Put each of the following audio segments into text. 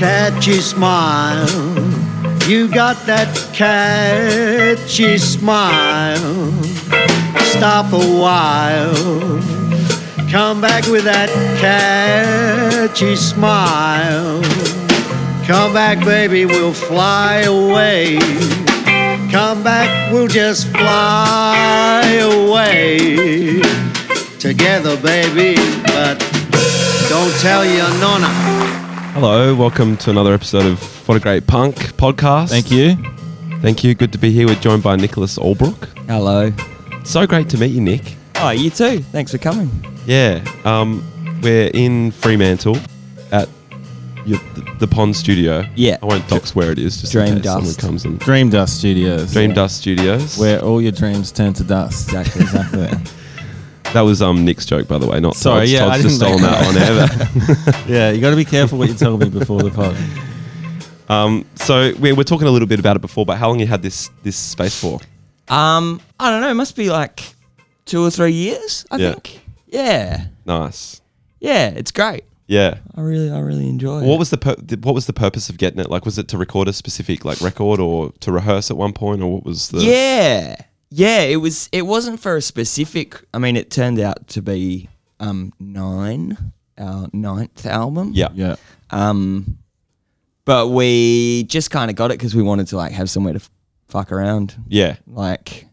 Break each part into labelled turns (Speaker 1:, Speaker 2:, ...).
Speaker 1: catchy smile. You got that catchy smile. Stop a while. Come back with that catchy smile. Come back, baby, we'll fly away. Come back, we'll just fly away. Together, baby, but don't tell your nonna.
Speaker 2: Hello, welcome to another episode of What a Great Punk podcast.
Speaker 3: Thank you.
Speaker 2: Thank you. Good to be here. We're joined by Nicholas Albrook.
Speaker 3: Hello.
Speaker 2: So great to meet you, Nick.
Speaker 3: Oh, you too. Thanks for coming.
Speaker 2: Yeah. Um, we're in Fremantle at your, the, the Pond Studio.
Speaker 3: Yeah.
Speaker 2: I won't dox where it is just
Speaker 3: Dream
Speaker 2: in case someone
Speaker 3: Dust.
Speaker 2: comes and
Speaker 4: Dream Dust Studios.
Speaker 2: Dream Dust Studios.
Speaker 4: Where all your dreams turn to dust. Exactly. exactly.
Speaker 2: that was um Nick's joke, by the way, not
Speaker 4: Sorry,
Speaker 2: Todd's.
Speaker 4: yeah,
Speaker 2: Todd's
Speaker 4: I
Speaker 2: just
Speaker 4: didn't
Speaker 2: stolen
Speaker 4: make
Speaker 2: that on ever.
Speaker 4: yeah, you got to be careful what you tell me before the pod.
Speaker 2: So we we're talking a little bit about it before, but how long you had this this space for?
Speaker 3: Um, I don't know. It must be like two or three years. I
Speaker 2: Yeah.
Speaker 3: think. Yeah.
Speaker 2: Nice.
Speaker 3: Yeah. It's great.
Speaker 2: Yeah.
Speaker 3: I really, I really enjoy.
Speaker 2: What
Speaker 3: it.
Speaker 2: was the pur- th- what was the purpose of getting it? Like, was it to record a specific like record, or to rehearse at one point, or what was the?
Speaker 3: Yeah. Yeah. It was. It wasn't for a specific. I mean, it turned out to be um nine, our ninth album.
Speaker 2: yeah,
Speaker 4: Yeah.
Speaker 3: Um, but we just kind of got it because we wanted to like have somewhere to f- fuck around.
Speaker 2: Yeah.
Speaker 3: Like,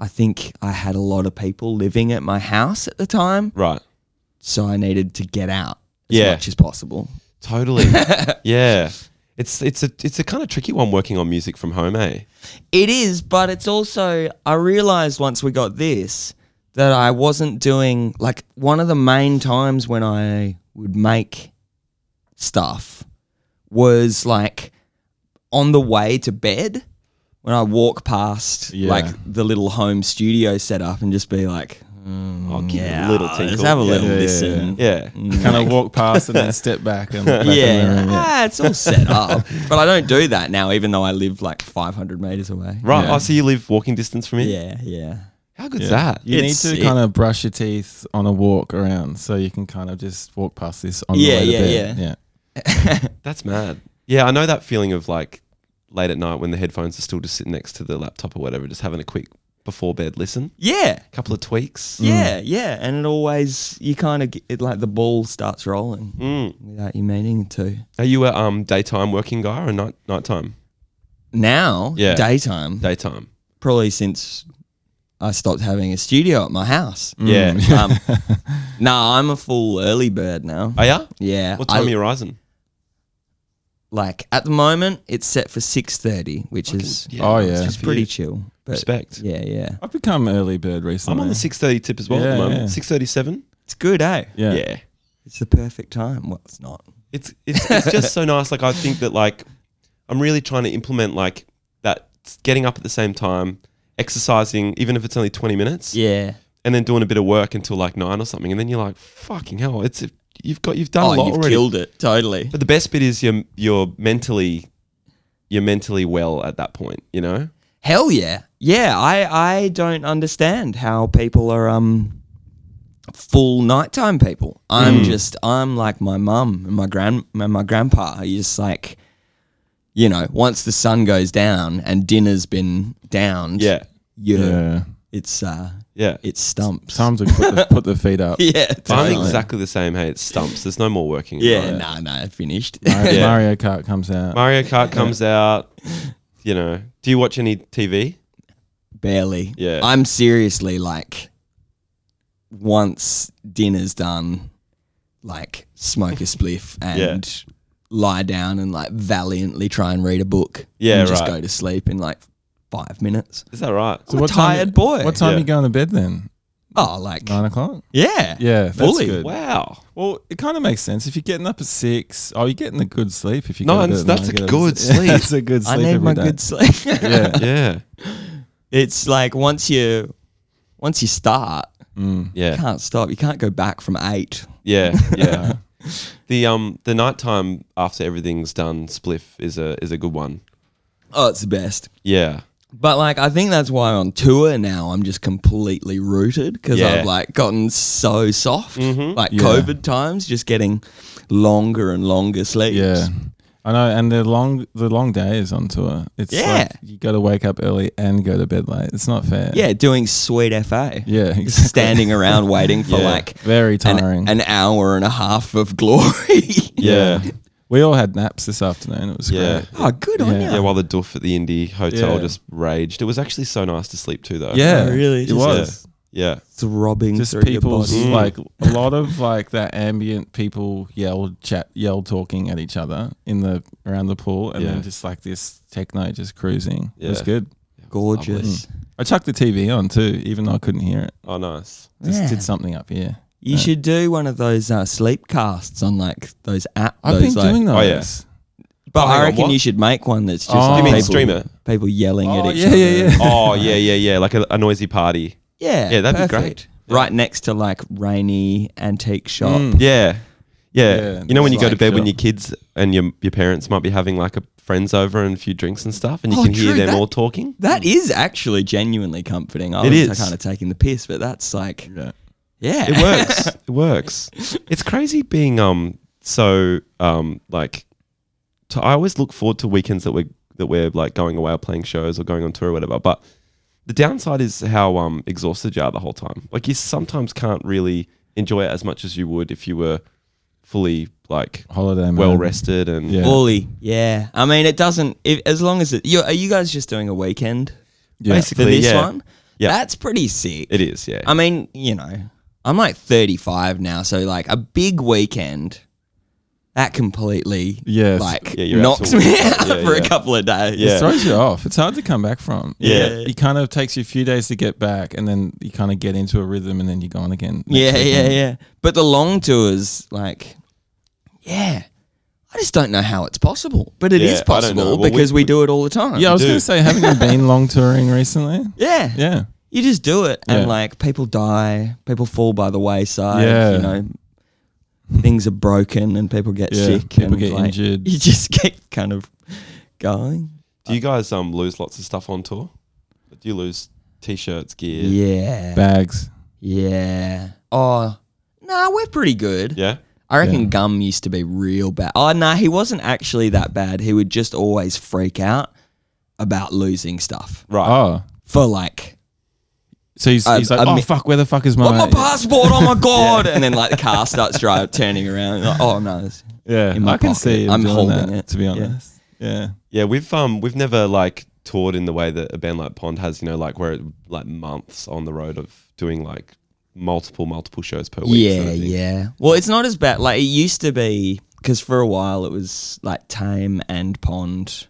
Speaker 3: I think I had a lot of people living at my house at the time.
Speaker 2: right,
Speaker 3: so I needed to get out as
Speaker 2: Yeah.
Speaker 3: much as possible.
Speaker 2: totally. yeah, it's it's a it's a kind of tricky one working on music from home, eh?
Speaker 3: It is, but it's also I realized once we got this that I wasn't doing like one of the main times when I would make stuff was like on the way to bed when I walk past
Speaker 4: Yeah.
Speaker 3: like the little home studio setup and just be like,
Speaker 2: I'll give it
Speaker 3: Mm. yeah,
Speaker 2: a little
Speaker 3: let's
Speaker 2: tinkle.
Speaker 3: have a
Speaker 2: Yeah.
Speaker 3: little
Speaker 4: Yeah, yeah,
Speaker 3: listen.
Speaker 2: Yeah,
Speaker 4: Kind of walk past and then step back and look back in the
Speaker 3: yeah.
Speaker 4: room,
Speaker 3: Ah, it's all set up. but I don't do that now, even though I live like 500 meters away.
Speaker 2: right.
Speaker 4: Yeah.
Speaker 2: I see you live walking distance from here.
Speaker 3: Yeah, yeah.
Speaker 2: How good's
Speaker 4: Yeah.
Speaker 2: that?
Speaker 4: You
Speaker 3: It's-
Speaker 4: need to
Speaker 3: it-
Speaker 4: kind of brush your teeth on a walk around so you can kind of just walk past this on
Speaker 3: Yeah,
Speaker 4: the way
Speaker 3: yeah,
Speaker 4: to bed.
Speaker 3: yeah.
Speaker 4: yeah.
Speaker 2: That's mad. Yeah, I know that feeling of like late at night when the headphones are still just sitting next to the laptop or whatever, just having a quick before bed listen,
Speaker 3: Yeah.
Speaker 2: couple of tweaks.
Speaker 3: Yeah, yeah. And it always, you kind of, it like the ball starts rolling
Speaker 2: Mm.
Speaker 3: without you meaning to.
Speaker 2: Are you a um daytime working guy or night nighttime?
Speaker 3: Now,
Speaker 2: Yeah.
Speaker 3: daytime,
Speaker 2: Daytime.
Speaker 3: probably since I stopped having a studio at my house.
Speaker 2: Mm. Yeah.
Speaker 3: Um, no, I'm a full early bird now.
Speaker 2: Are ya?
Speaker 3: yeah.
Speaker 2: What time
Speaker 3: I-
Speaker 2: are you rising?
Speaker 3: Like at the moment, it's set for 6.30, which is
Speaker 4: Oh,
Speaker 2: it's
Speaker 4: yeah.
Speaker 2: just for
Speaker 3: pretty
Speaker 2: you.
Speaker 3: chill. But
Speaker 2: Respect.
Speaker 3: Yeah, yeah.
Speaker 4: I've become early bird recently.
Speaker 2: I'm on the six thirty tip as well at the
Speaker 4: Yeah,
Speaker 2: moment.
Speaker 4: yeah.
Speaker 2: Six thirty seven.
Speaker 3: It's good, eh?
Speaker 4: Yeah.
Speaker 3: It's the perfect time. Well, it's not.
Speaker 2: It's it's it's just so nice. Like I think that like I'm really trying to implement like that getting up at the same time, exercising, even if it's only twenty minutes.
Speaker 3: Yeah.
Speaker 2: And then doing a bit of work until like nine or something. And then you're like, fucking hell, it's you've got you've done a
Speaker 3: Oh,
Speaker 2: lot
Speaker 3: you've
Speaker 2: already.
Speaker 3: killed it. Totally.
Speaker 2: But the best bit is you're you're mentally you're mentally well at that point, you know?
Speaker 3: Hell yeah. Yeah, I, I don't understand how people are um full nighttime people. I'm just I'm like my mum and my grand and my grandpa. You just like you know, once the sun goes down and dinner's been downed,
Speaker 2: Yeah.
Speaker 3: you
Speaker 4: Yeah.
Speaker 3: it's uh
Speaker 2: Yeah.
Speaker 3: it stumps.
Speaker 4: Time to put the, put the feet up.
Speaker 3: yeah,
Speaker 2: I'm
Speaker 3: totally.
Speaker 2: exactly the same. Hey, it stumps. There's no more working.
Speaker 3: Yeah, no, no, finished.
Speaker 4: Mario,
Speaker 2: Yeah.
Speaker 4: Mario Kart comes out.
Speaker 2: Mario Kart comes out. You know, do you watch any TV?
Speaker 3: Barely.
Speaker 2: Yeah.
Speaker 3: I'm seriously like, once dinner's done, like smoke a spliff and lie down and like valiantly try and read a book.
Speaker 2: Yeah,
Speaker 3: and just
Speaker 2: right.
Speaker 3: go to sleep in like five minutes.
Speaker 2: Is that right?
Speaker 3: I'm a
Speaker 4: what time-
Speaker 3: tired boy.
Speaker 4: What time
Speaker 2: Yeah.
Speaker 4: you going to bed then?
Speaker 3: Oh, like
Speaker 4: Nine o'clock?
Speaker 3: yeah,
Speaker 4: Yeah, that's
Speaker 3: fully.
Speaker 4: good.
Speaker 2: Wow.
Speaker 4: Well, it kind of makes sense if you're getting up at six. Oh, you're getting a good sleep if you.
Speaker 2: No,
Speaker 4: go to
Speaker 2: that's-
Speaker 4: bed at
Speaker 2: that's
Speaker 4: nine,
Speaker 2: a
Speaker 4: get
Speaker 2: good
Speaker 4: Yeah,
Speaker 2: sleep.
Speaker 4: that's a good
Speaker 3: I
Speaker 4: sleep.
Speaker 3: need
Speaker 4: every
Speaker 3: my
Speaker 4: day.
Speaker 3: good sleep.
Speaker 4: Yeah,
Speaker 2: Yeah.
Speaker 3: it's like once you, once you start, you
Speaker 2: Yeah.
Speaker 3: can't stop. You can't go back from eight.
Speaker 2: Yeah. Yeah. the um the nighttime after everything's done spliff is a is a good one.
Speaker 3: Oh, it's the best.
Speaker 2: Yeah.
Speaker 3: But like, I think that's why on tour now I'm just completely rooted because
Speaker 2: Yeah.
Speaker 3: I've like gotten so
Speaker 4: Mm-hmm.
Speaker 3: soft. Like COVID times, just getting longer and longer sleeps.
Speaker 4: yeah. I know, and the long the long days on tour. It's
Speaker 3: Yeah.
Speaker 4: like you got to wake up early and go to bed late. It's not fair.
Speaker 3: Yeah, doing sweet FA.
Speaker 4: yeah, exactly.
Speaker 3: Just standing around waiting for
Speaker 4: Yeah.
Speaker 3: like
Speaker 4: very
Speaker 3: an,
Speaker 4: tiring.
Speaker 3: an hour and a half of glory.
Speaker 2: Yeah.
Speaker 4: we all had naps this afternoon. It was
Speaker 2: Yeah.
Speaker 4: great.
Speaker 3: Oh, good on
Speaker 4: Yeah.
Speaker 2: Yeah,
Speaker 3: you.
Speaker 2: while the doof at the indie hotel
Speaker 4: Yeah.
Speaker 2: just raged. It was actually so nice to sleep too, though.
Speaker 4: Yeah,
Speaker 3: Oh, really?
Speaker 4: It
Speaker 3: Just-
Speaker 4: was
Speaker 2: Yeah.
Speaker 3: Throbbing
Speaker 4: just
Speaker 3: through
Speaker 4: people's
Speaker 3: your body.
Speaker 2: Mm.
Speaker 4: like a lot of like that ambient people yelled chat yell talking at each other in the around the pool, and
Speaker 2: Yeah.
Speaker 4: then just like this techno just cruising. It was
Speaker 2: Yeah.
Speaker 4: good.
Speaker 3: Gorgeous.
Speaker 4: I chucked the TV on too, even though I couldn't hear it.
Speaker 2: Oh, nice.
Speaker 4: Just
Speaker 3: Yeah.
Speaker 4: did something up here.
Speaker 3: You should do one of those uh, sleep casts on like those app.
Speaker 4: I've been
Speaker 3: those, like-
Speaker 4: doing those.
Speaker 2: Oh, yeah.
Speaker 3: But
Speaker 2: Oh, hang
Speaker 3: I
Speaker 2: on,
Speaker 3: reckon
Speaker 2: what?
Speaker 3: you should make one that's just
Speaker 4: Oh.
Speaker 2: You
Speaker 3: people,
Speaker 2: mean
Speaker 4: People-
Speaker 2: stream it?
Speaker 3: people yelling
Speaker 4: Oh,
Speaker 3: at each
Speaker 4: yeah,
Speaker 3: other.
Speaker 4: yeah, yeah.
Speaker 2: Oh, yeah, yeah, yeah. Like a, a noisy party.
Speaker 3: Yeah,
Speaker 2: Yeah, that'd be
Speaker 3: perfect. Right next to like rainy antique shop.
Speaker 4: Mm.
Speaker 2: Yeah. Yeah.
Speaker 4: Yeah,
Speaker 2: you know when you
Speaker 4: it's
Speaker 2: go to
Speaker 4: like,
Speaker 2: bed when
Speaker 4: sure.
Speaker 2: your kids and your your parents might be having like a friends over and a few drinks and stuff and you
Speaker 3: Oh,
Speaker 2: can hear
Speaker 3: true,
Speaker 2: them
Speaker 3: that-
Speaker 2: all talking?
Speaker 3: That is actually genuinely comforting. I
Speaker 2: It
Speaker 3: was
Speaker 2: is.
Speaker 3: kind of taking the piss, but that's like,
Speaker 4: Yeah.
Speaker 3: yeah,
Speaker 2: It works. it works. It's crazy being um so um like to, I always look forward to weekends that we're that we're like going away or playing shows or going on tour or whatever. But the downside is how um exhausted you are the whole time. Like you sometimes can't really enjoy it as much as you would if you were fully like
Speaker 4: Holiday mode.
Speaker 2: well rested and
Speaker 4: Yeah.
Speaker 3: Fully, yeah. I mean, it doesn't. If, as long as it, you are you guys just doing a weekend
Speaker 4: Yeah.
Speaker 3: for
Speaker 2: basically
Speaker 3: this
Speaker 2: yeah,
Speaker 3: one?
Speaker 2: Yeah.
Speaker 3: that's pretty sick.
Speaker 2: it is. Yeah,
Speaker 3: I mean, you know, I'm like 35 now, so like a big weekend that completely
Speaker 4: Yes.
Speaker 3: like
Speaker 2: Yeah, you're
Speaker 3: knocks
Speaker 2: absolutely
Speaker 3: me
Speaker 2: right.
Speaker 3: out
Speaker 2: Yeah,
Speaker 3: for a
Speaker 2: yeah.
Speaker 3: couple of days.
Speaker 2: Yeah.
Speaker 4: It throws you off. It's hard to come back from.
Speaker 2: Yeah.
Speaker 4: It, it kind of takes you a few days to get back and then you kind of get into a rhythm and then you go on again. next
Speaker 3: Yeah, yeah,
Speaker 4: weekend.
Speaker 3: yeah. But the long tours, like, yeah, I just don't know how it's possible, but it is
Speaker 2: Yeah, I don't know.
Speaker 3: possible
Speaker 2: Well, we-
Speaker 3: because we, do it all the time.
Speaker 4: Yeah, I was
Speaker 2: do.
Speaker 4: going to say, haven't you been long touring recently?
Speaker 3: yeah,
Speaker 4: Yeah.
Speaker 3: You just do it, and
Speaker 4: Yeah.
Speaker 3: like people die, people fall by the wayside.
Speaker 4: Yeah.
Speaker 3: you know, things are broken, and people get
Speaker 4: Yeah,
Speaker 3: sick.
Speaker 4: people
Speaker 3: and,
Speaker 4: get
Speaker 3: like,
Speaker 4: injured.
Speaker 3: You just get kind of going.
Speaker 2: do you guys um lose lots of stuff on tour? Do you lose t-shirts, gear?
Speaker 3: Yeah,
Speaker 4: Bags.
Speaker 3: yeah. Oh, nah, we're pretty good.
Speaker 2: yeah?
Speaker 3: I reckon
Speaker 4: Yeah.
Speaker 3: Gum used to be real bad. Oh, no, he wasn't actually that bad. He would just always freak out about losing stuff
Speaker 2: Right.
Speaker 4: Oh.
Speaker 3: for like,
Speaker 4: So he's,
Speaker 3: Uh,
Speaker 4: he's like,
Speaker 3: I
Speaker 4: oh,
Speaker 3: mean-
Speaker 4: fuck, where the fuck is
Speaker 3: oh,
Speaker 4: my.
Speaker 3: my passport, oh my God. And then like the car starts driving, turning around. Like, oh, no. it's-
Speaker 4: yeah,
Speaker 3: in my
Speaker 4: I can
Speaker 3: pocket.
Speaker 4: see. him
Speaker 3: I'm
Speaker 4: doing
Speaker 3: holding
Speaker 4: that,
Speaker 3: it.
Speaker 4: To be
Speaker 3: Yeah.
Speaker 4: honest. Yeah.
Speaker 2: Yeah, we've um we've never like toured in the way that a band like Pond has, you know, like where it, like months on the road of doing like multiple multiple shows per week.
Speaker 3: Yeah,
Speaker 2: sort of thing.
Speaker 3: yeah. Well, it's not as bad. Like it used to be, because for a while it was like Tame and Pond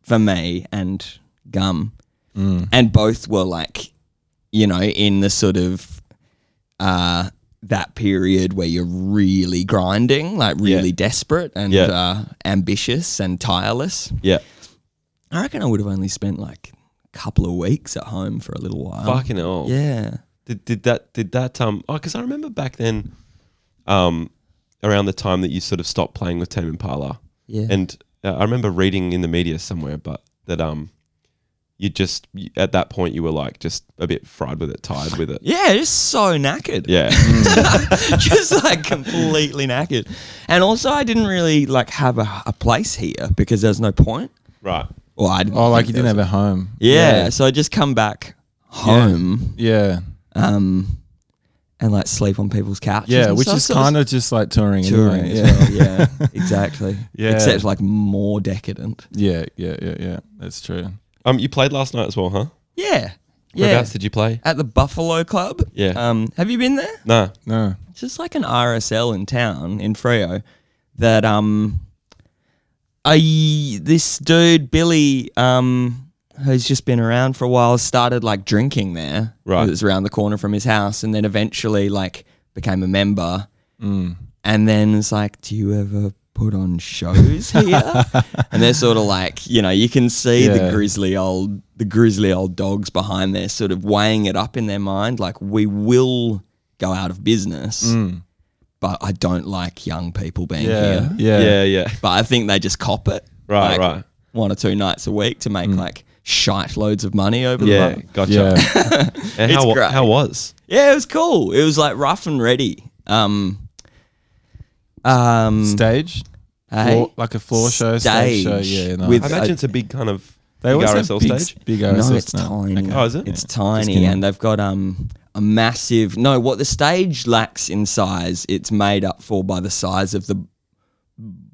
Speaker 3: for me and Gum,
Speaker 2: Mm.
Speaker 3: and both were like, you know, in the sort of uh that period where you're really grinding, like really desperate and
Speaker 2: Yeah.
Speaker 3: uh, ambitious and tireless.
Speaker 2: yeah.
Speaker 3: I reckon I would have only spent like a couple of weeks at home for a little while.
Speaker 2: Fucking hell.
Speaker 3: Um, Yeah.
Speaker 2: Did, did that did that um oh because I remember back then, um, around the time that you sort of stopped playing with Tame Impala,
Speaker 3: Yeah.
Speaker 2: and uh, I remember reading in the media somewhere, but that um. You just you- at that point you were like just a bit fried with it, tired with it.
Speaker 3: yeah, just so knackered.
Speaker 2: Yeah,
Speaker 3: just like completely knackered. And also, I didn't really like have a, a place here because there's no point.
Speaker 2: right.
Speaker 3: Well, I didn't
Speaker 4: Oh, like you
Speaker 3: think
Speaker 4: didn't
Speaker 3: there
Speaker 4: have
Speaker 3: was
Speaker 4: a home.
Speaker 3: a- yeah, so I just come back home,
Speaker 4: Yeah.
Speaker 3: um, and like sleep on people's couches.
Speaker 4: Yeah,
Speaker 3: and
Speaker 4: which
Speaker 3: stuff.
Speaker 4: is
Speaker 3: So I was
Speaker 4: kind of just like touring.
Speaker 3: touring.
Speaker 4: Anyway.
Speaker 3: as well. Yeah, exactly.
Speaker 4: Yeah.
Speaker 3: except like more decadent.
Speaker 4: Yeah, yeah, yeah, yeah. That's true.
Speaker 2: Um, you played last night as well, huh?
Speaker 3: Yeah, yeah.
Speaker 2: Whereabouts did you play?
Speaker 3: At the Buffalo Club.
Speaker 2: Yeah.
Speaker 3: Um, have you been there?
Speaker 2: Nah.
Speaker 4: No.
Speaker 3: It's just like an RSL in town in Freo that um I this dude Billy um who's just been around for a while started like drinking there.
Speaker 2: Right.
Speaker 3: It was around the corner from his house and then eventually like became a member. And then it's like, do you ever put on shows here? and they're sort of like, you know, you can see the
Speaker 4: Yeah.
Speaker 3: grizzly old the grizzly old dogs behind there sort of weighing it up in their mind like we will go out of business. But I don't like young people being
Speaker 4: Yeah,
Speaker 3: here.
Speaker 4: yeah,
Speaker 2: Mm. Yeah, yeah.
Speaker 3: But I think they just cop it.
Speaker 2: Right,
Speaker 3: like,
Speaker 2: right. Mm.
Speaker 3: One or two nights a week to make like shite loads of money over the
Speaker 2: Yeah,
Speaker 3: month.
Speaker 2: gotcha.
Speaker 4: yeah.
Speaker 2: And how,
Speaker 3: It's great.
Speaker 2: how was?
Speaker 3: Yeah, it was cool. It was like rough and ready. Um um
Speaker 4: Stage.
Speaker 3: Hey,
Speaker 4: Floor- like a floor show, stage show.
Speaker 3: Stage
Speaker 4: Yeah, no.
Speaker 3: with-
Speaker 2: I imagine it's a big kind of
Speaker 4: they
Speaker 2: big
Speaker 4: always
Speaker 2: RSL
Speaker 4: have big,
Speaker 2: stage.
Speaker 4: Big RSL
Speaker 3: no, it's
Speaker 4: stage.
Speaker 3: tiny.
Speaker 4: Okay.
Speaker 2: Oh, is it?
Speaker 3: It's
Speaker 4: kidding.
Speaker 3: tiny, and they've got um a massive. No, what the stage lacks in size, it's made up for by the size of the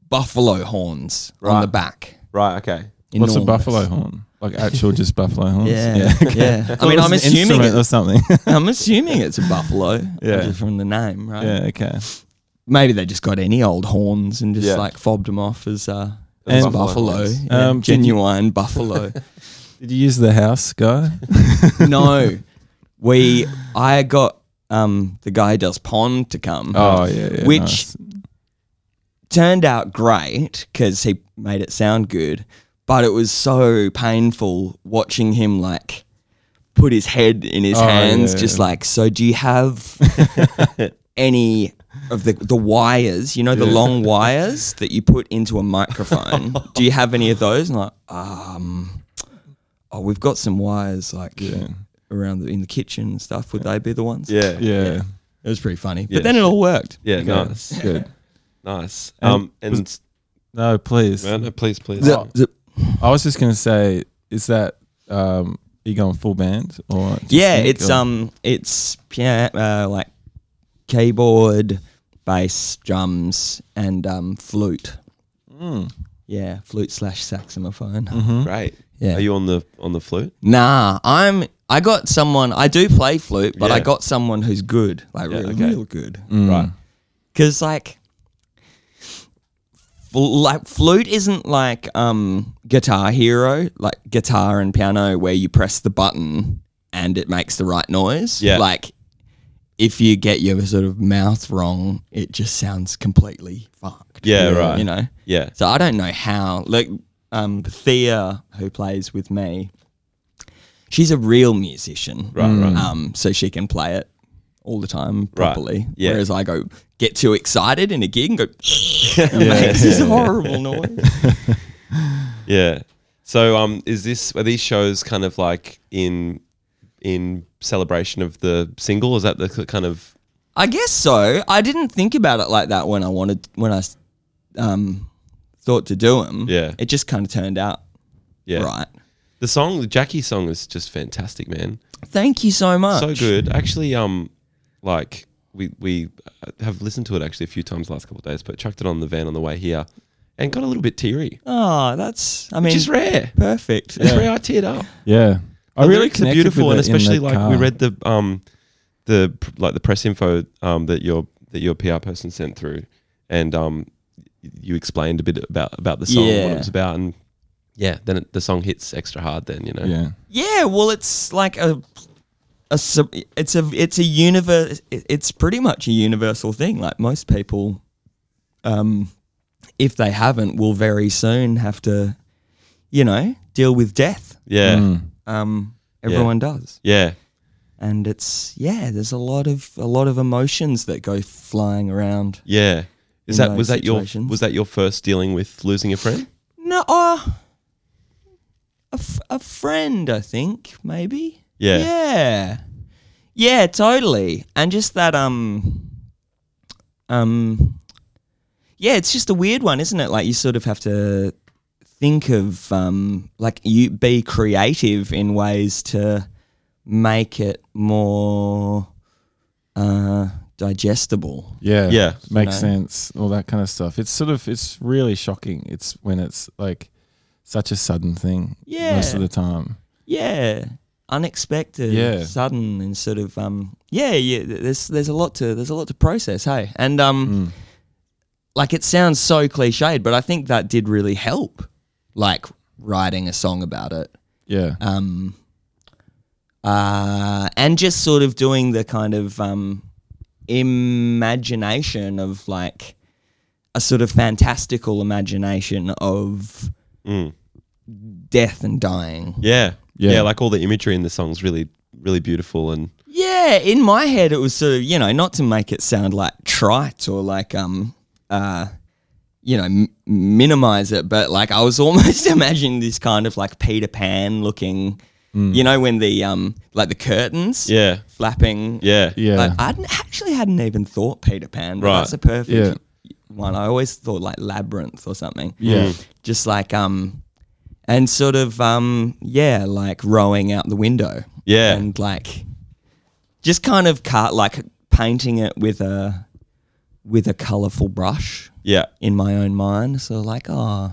Speaker 3: buffalo horns on the
Speaker 2: Right.
Speaker 3: back.
Speaker 2: Right. Okay.
Speaker 4: What's a
Speaker 3: Enormous.
Speaker 4: buffalo horn? Like actual just buffalo horns?
Speaker 3: Yeah, yeah. I mean,
Speaker 4: It was an
Speaker 3: I'm assuming
Speaker 4: instrument or
Speaker 3: it,
Speaker 4: something.
Speaker 3: I'm assuming it's a buffalo.
Speaker 4: Yeah.
Speaker 3: just from the name, right?
Speaker 4: yeah, okay.
Speaker 3: Maybe they just got any old horns and just
Speaker 2: Yeah.
Speaker 3: like fobbed them off as uh,
Speaker 4: As
Speaker 3: as
Speaker 4: buffalo
Speaker 3: buffalo,
Speaker 2: horns.
Speaker 3: Yeah,
Speaker 4: Um, did you-
Speaker 3: genuine buffalo.
Speaker 4: Did you use the house guy?
Speaker 3: no, we. I got um, the guy who does pond to come.
Speaker 4: Oh, yeah, yeah.
Speaker 3: Which-
Speaker 4: nice.
Speaker 3: turned out great because he made it sound good, but it was so painful watching him like put his head in his
Speaker 4: Oh,
Speaker 3: hands,
Speaker 4: yeah.
Speaker 3: just like, so do you have any of the, the wires, you know, the long wires that you put into a microphone? do you have any of those? And like, um, oh, we've got some wires like around the, in the kitchen and stuff. Would they be the ones?
Speaker 2: Yeah. Yeah.
Speaker 4: Yeah.
Speaker 3: It was pretty funny.
Speaker 2: Yeah.
Speaker 3: But then it all worked.
Speaker 4: Okay,
Speaker 2: Nice.
Speaker 4: Good.
Speaker 2: Nice.
Speaker 4: And
Speaker 2: Um. And
Speaker 4: No, please.
Speaker 2: no, no, please, please.
Speaker 3: Zip, zip.
Speaker 4: I was just gonna say, is that um, are you going full band or just
Speaker 3: yeah,
Speaker 4: sync
Speaker 3: it's
Speaker 4: or-
Speaker 3: um, it's piano, uh, like keyboard, bass, drums, and um, flute. Yeah, flute slash saxophone.
Speaker 2: Great.
Speaker 3: Yeah.
Speaker 2: Are you on the on the flute?
Speaker 3: Nah, I'm. I got someone. I do play flute, but I
Speaker 2: Yeah.
Speaker 3: got someone who's good, like
Speaker 2: Yeah,
Speaker 3: really,
Speaker 2: okay. Mm.
Speaker 3: real good.
Speaker 2: Right.
Speaker 3: Because like, fl- like flute isn't like um Guitar Hero, like guitar and piano, where you press the button and it makes the right noise.
Speaker 2: Yeah.
Speaker 3: Like, if you get your sort of mouth wrong, it just sounds completely fucked.
Speaker 2: Yeah, right.
Speaker 3: You know.
Speaker 2: Yeah.
Speaker 3: So I don't know how. Like um, Thea, who plays with me, she's a real musician. Right,
Speaker 2: right.
Speaker 3: Um, so she can play it all the time properly.
Speaker 2: yeah.
Speaker 3: Whereas I go get too excited in a gig and go, and makes this horrible noise.
Speaker 2: Yeah. So um, is this are these shows kind of like in in celebration of the single? Is that the k- kind of
Speaker 3: I guess so. I didn't think about it like that when I wanted when I s- um, thought to do them.
Speaker 2: Yeah.
Speaker 3: It just kind of turned out
Speaker 2: yeah?
Speaker 3: right.
Speaker 2: The song, the Jackie song, is just fantastic, man.
Speaker 3: Thank you so much.
Speaker 2: So good. Actually, um, like we we uh, have listened to it actually a few times the last couple of days, but chucked it on the van on the way here, and got a little bit teary,
Speaker 3: Oh, that's I mean,
Speaker 2: which is rare.
Speaker 3: perfect.
Speaker 2: It's rare I teared up.
Speaker 4: yeah. I
Speaker 2: The
Speaker 4: really
Speaker 2: lyrics are
Speaker 4: connected
Speaker 2: beautiful,
Speaker 4: with
Speaker 2: and
Speaker 4: it in the
Speaker 2: especially like we
Speaker 4: car.
Speaker 2: read the um, the pr- like the press info um that your that your PR person sent through, and um, y- you explained a bit about about the song, what
Speaker 3: Yeah.
Speaker 2: it was about, and yeah, then it, the song hits extra hard. Then you know,
Speaker 4: Yeah.
Speaker 3: Yeah, well, it's like a, a sub- it's a it's a universe. It's pretty much a universal thing. Like most people, um, if they haven't, will very soon have to, you know, deal with death.
Speaker 2: yeah,
Speaker 4: Mm.
Speaker 3: Um, everyone does,
Speaker 2: yeah.
Speaker 3: and it's yeah. There's a lot of a lot of emotions that go flying around.
Speaker 2: Yeah. Is
Speaker 3: in
Speaker 2: that was
Speaker 3: those
Speaker 2: that your
Speaker 3: situations.
Speaker 2: was that your first dealing with losing a friend?
Speaker 3: No, uh, a, f- a friend, I think, maybe.
Speaker 2: Yeah.
Speaker 3: Yeah. Yeah, totally. And just that, um, um, yeah, it's just a weird one, isn't it? Like, you sort of have to think of, um, like, you be creative in ways to make it more, uh, digestible.
Speaker 4: Yeah.
Speaker 2: Yeah.
Speaker 4: Makes
Speaker 3: No.
Speaker 4: sense. All that kind of stuff. It's sort of it's really shocking. It's when it's like such a sudden thing. Most
Speaker 3: Yeah.
Speaker 4: of the time.
Speaker 3: Yeah, unexpected,
Speaker 4: Yeah.
Speaker 3: sudden, and sort of um, yeah, yeah. th- There's there's a lot to there's a lot to process, hey, and um, like it sounds so cliched, but I think that did really help, like writing a song about it,
Speaker 4: Yeah.
Speaker 3: um, uh, and just sort of doing the kind of um, imagination of like a sort of fantastical imagination of
Speaker 2: Mm.
Speaker 3: death and dying.
Speaker 2: Yeah.
Speaker 4: Yeah.
Speaker 2: yeah. like all the imagery in the song's really really beautiful and
Speaker 3: Yeah, in my head it was sort of you know not to make it sound like trite or like um uh you know m- minimize it, but like I was almost imagining this kind of like Peter Pan looking, you know when the um like the curtains
Speaker 2: yeah.
Speaker 3: flapping
Speaker 2: Yeah.
Speaker 4: yeah.
Speaker 3: Like, I hadn't- actually hadn't even thought Peter Pan, but
Speaker 2: Right.
Speaker 3: that's a perfect
Speaker 4: Yeah.
Speaker 3: one. I always thought like labyrinth or something.
Speaker 4: Yeah. Mm.
Speaker 3: Just like um and sort of um yeah, like rowing out the window.
Speaker 2: Yeah.
Speaker 3: And like just kind of cut like painting it with a with a colourful brush
Speaker 2: Yeah.
Speaker 3: in my own mind. So like, oh,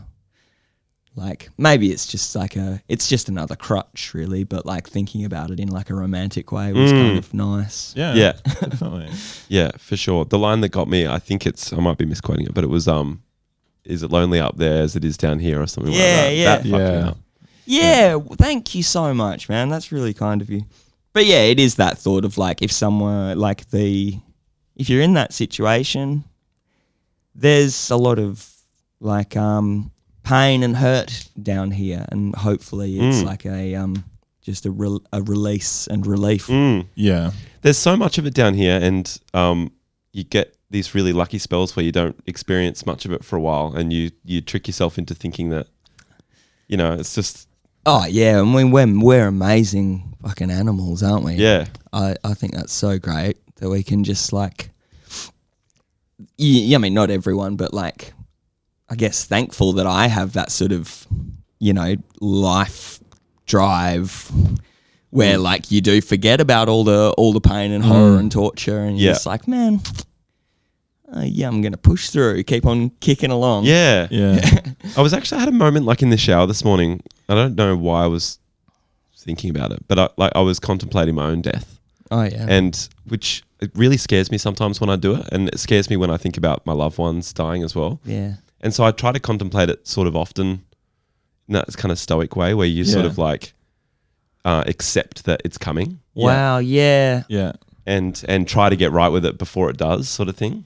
Speaker 3: like maybe it's just like a, it's just another crutch, really. But like thinking about it in like a romantic way was kind of nice.
Speaker 4: Yeah.
Speaker 2: Yeah.
Speaker 4: Definitely.
Speaker 2: Yeah, for sure. The line that got me, I think it's I might be misquoting it, but it was um is it lonely up there as it is down here or something like
Speaker 3: Yeah,
Speaker 2: that.
Speaker 3: yeah.
Speaker 2: That fucked me
Speaker 4: Yeah.
Speaker 2: up.
Speaker 3: Yeah, w thank you so much, man. That's really kind of you. But yeah, it is that thought of like if someone like the if you're in that situation, there's a lot of like um pain and hurt down here, and hopefully it's
Speaker 2: Mm.
Speaker 3: like a um just a rel a release and relief.
Speaker 2: Mm.
Speaker 4: Yeah.
Speaker 2: There's so much of it down here and um you get these really lucky spells where you don't experience much of it for a while and you you trick yourself into thinking that you know, it's just
Speaker 3: Oh yeah, I mean we're we're amazing fucking animals, aren't we?
Speaker 2: yeah.
Speaker 3: I, I think that's so great that we can just like, yeah, I mean, not everyone, but like, I guess thankful that I have that sort of, you know, life drive where
Speaker 2: Mm.
Speaker 3: like you do forget about all the all the pain and horror and torture, and
Speaker 2: Yeah.
Speaker 3: you're just like, man, uh, yeah, I'm gonna push through, keep on kicking along.
Speaker 2: Yeah.
Speaker 4: Yeah.
Speaker 2: I was actually I had a moment like in the shower this morning. I don't know why I was thinking about it, but I like I was contemplating my own death.
Speaker 3: Oh yeah.
Speaker 2: and which it really scares me sometimes when I do it, and it scares me when I think about my loved ones dying as well.
Speaker 3: yeah.
Speaker 2: And so I try to contemplate it sort of often in that kind of stoic way, where you sort
Speaker 4: Yeah.
Speaker 2: of like uh, accept that it's coming
Speaker 3: Wow. Yeah.
Speaker 4: Yeah.
Speaker 2: and and try to get right with it before it does, sort of thing.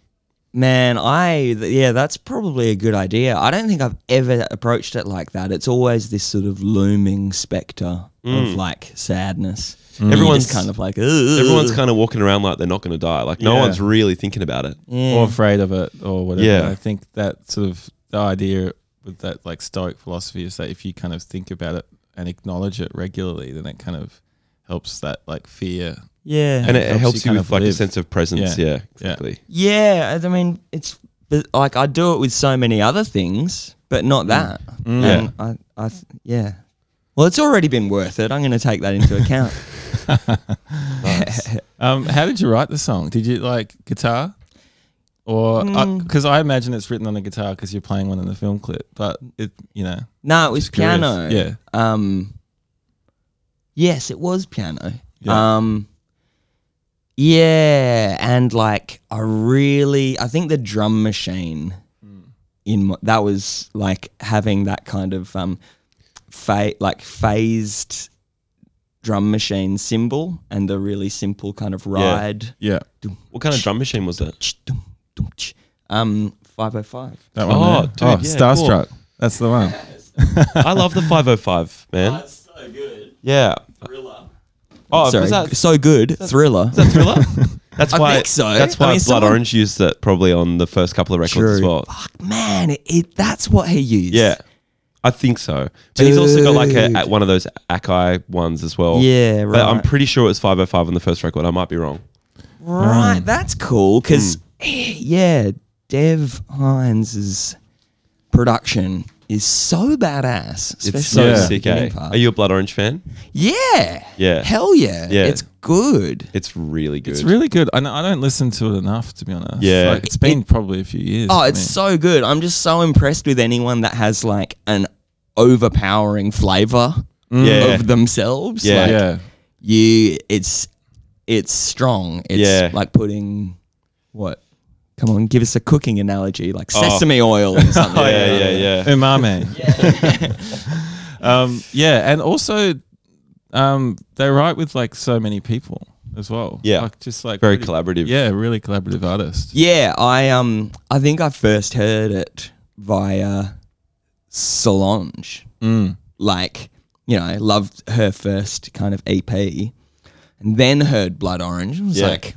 Speaker 3: Man, I th- yeah, that's probably a good idea. I don't think I've ever approached it like that. It's always this sort of looming specter of like sadness. And you're
Speaker 2: Mm. Everyone's-
Speaker 3: just kind of like
Speaker 2: Everyone's kind of walking around like they're not going to die, like no
Speaker 4: Yeah. Mm-hmm.
Speaker 2: one's really thinking about it.
Speaker 4: Or afraid of it or whatever.
Speaker 2: Yeah.
Speaker 4: I think that sort of the idea with that like stoic philosophy is that if you kind of think about it and acknowledge it regularly, then it kind of helps that like fear.
Speaker 3: yeah,
Speaker 2: And it,
Speaker 4: helps
Speaker 2: helps,
Speaker 4: you
Speaker 2: you,
Speaker 4: kind
Speaker 2: with
Speaker 4: of
Speaker 2: like a
Speaker 4: live.
Speaker 2: sense of presence.
Speaker 4: Yeah.
Speaker 2: Yeah,
Speaker 4: Yeah.
Speaker 2: exactly.
Speaker 3: yeah. I mean, it's but, like I do it with so many other things, but not that.
Speaker 2: Mm. Yeah.
Speaker 3: And I, I, th- yeah. Well, it's already been worth it. I'm going to take that into account.
Speaker 4: Um, how did you write the song? Did you like guitar? Or
Speaker 3: Mm.
Speaker 4: because I imagine it's written on a guitar because you're playing one in the film clip, but it, you know,
Speaker 3: no, it was
Speaker 4: Just curious.
Speaker 3: piano.
Speaker 4: Yeah.
Speaker 3: Um, yes, it was piano.
Speaker 4: Yeah.
Speaker 3: Um, yeah, and like I really, I think the drum machine in my, that was like having that kind of um, fa- like phased drum machine symbol and the really simple kind of ride.
Speaker 4: yeah,
Speaker 2: What kind of drum machine was it?
Speaker 3: Ch- dum, dum, ch. Um, five oh five.
Speaker 4: that
Speaker 2: one
Speaker 4: Oh,
Speaker 2: there. Oh,
Speaker 4: Starstruck.
Speaker 2: Starstruck.
Speaker 4: That's the one.
Speaker 2: I love the 505, man.
Speaker 3: That's so good.
Speaker 2: Yeah. Oh,
Speaker 3: Sorry,
Speaker 2: was that
Speaker 3: so good thriller.
Speaker 2: Is that Thriller? That's
Speaker 3: I
Speaker 2: why.
Speaker 3: think so.
Speaker 2: That's
Speaker 3: I
Speaker 2: why
Speaker 3: mean,
Speaker 2: Blood
Speaker 3: someone-
Speaker 2: Orange used it probably on the first couple of records as
Speaker 3: True.
Speaker 2: well.
Speaker 3: Fuck, man, it, it, that's what he used.
Speaker 2: Yeah, I think so. And he's also got like
Speaker 3: Dude.
Speaker 2: a, at one of those Akai ones as well.
Speaker 3: Yeah,
Speaker 2: But I'm
Speaker 3: right.
Speaker 2: pretty sure it was 505 on the first record. I might be wrong.
Speaker 3: Right,
Speaker 2: Mm.
Speaker 3: that's cool because, yeah, Dev Hines' production is so badass.
Speaker 2: It's
Speaker 3: especially
Speaker 2: so
Speaker 3: the
Speaker 4: Yeah.
Speaker 2: sick.
Speaker 3: beginning
Speaker 2: Eh?
Speaker 3: part.
Speaker 2: Are you a Blood Orange fan?
Speaker 3: yeah.
Speaker 2: Yeah.
Speaker 3: Hell yeah.
Speaker 2: Yeah.
Speaker 3: It's good.
Speaker 2: It's really good.
Speaker 4: It's really good. I, know, I don't listen to it enough, to be honest.
Speaker 2: Yeah.
Speaker 4: Like, it's been probably a few years.
Speaker 3: Oh,
Speaker 4: for
Speaker 3: it's
Speaker 4: me.
Speaker 3: so good. I'm just so impressed with anyone that has like an overpowering flavor
Speaker 2: Yeah.
Speaker 3: of themselves.
Speaker 2: Yeah.
Speaker 3: Like,
Speaker 4: yeah,
Speaker 3: you it's it's strong. It's
Speaker 2: Yeah.
Speaker 3: like putting what? Come on, give us a cooking analogy, like sesame oil or something.
Speaker 2: Oh, yeah, yeah, yeah.
Speaker 4: umami. um, yeah, and also um, they write with like so many people as well.
Speaker 2: Yeah.
Speaker 4: like, just like
Speaker 2: Very
Speaker 4: pretty-
Speaker 2: collaborative.
Speaker 4: Yeah, really collaborative artist.
Speaker 3: Yeah, I um I think I first heard it via Solange.
Speaker 2: Mm.
Speaker 3: Like, you know, loved her first kind of EP and then heard Blood Orange. It was
Speaker 2: Yeah.
Speaker 3: like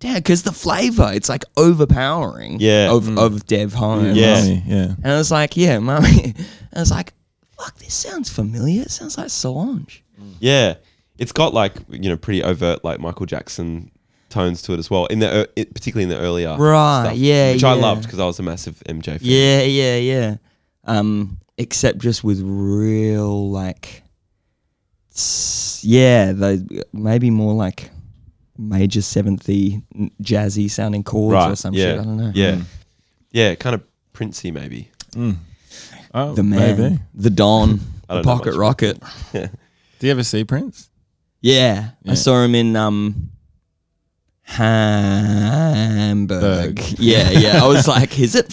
Speaker 3: Damn, because the flavor, it's like overpowering
Speaker 2: Yeah. Mm.
Speaker 3: of, of Dev Hines.
Speaker 2: Yeah.
Speaker 4: Umami, yeah.
Speaker 3: And I was like, yeah, mummy. I was like, fuck, this sounds familiar. It sounds like Solange.
Speaker 2: Yeah. It's got like you know pretty overt like Michael Jackson tones to it as well. In the ear- it, particularly in the earlier
Speaker 3: Right,
Speaker 2: stuff,
Speaker 3: yeah,
Speaker 2: which I
Speaker 3: yeah.
Speaker 2: loved because I was a massive MJ fan.
Speaker 3: Yeah, yeah, yeah. Um, except just with real like, s- yeah, the, maybe more like major seventy jazzy sounding chords or
Speaker 2: right.
Speaker 3: some
Speaker 2: yeah,
Speaker 3: shit. I don't know.
Speaker 2: Yeah, yeah, kind of Princey maybe.
Speaker 4: Oh,
Speaker 3: the man,
Speaker 4: Maybe.
Speaker 3: the Don,
Speaker 2: I
Speaker 3: the
Speaker 2: don't know
Speaker 3: Pocket
Speaker 2: much.
Speaker 3: Rocket.
Speaker 4: Do you ever see Prince?
Speaker 3: Yeah, I
Speaker 4: Yeah.
Speaker 3: saw him in um. Hamburg.
Speaker 4: Berg.
Speaker 3: Yeah, yeah. I was like, is it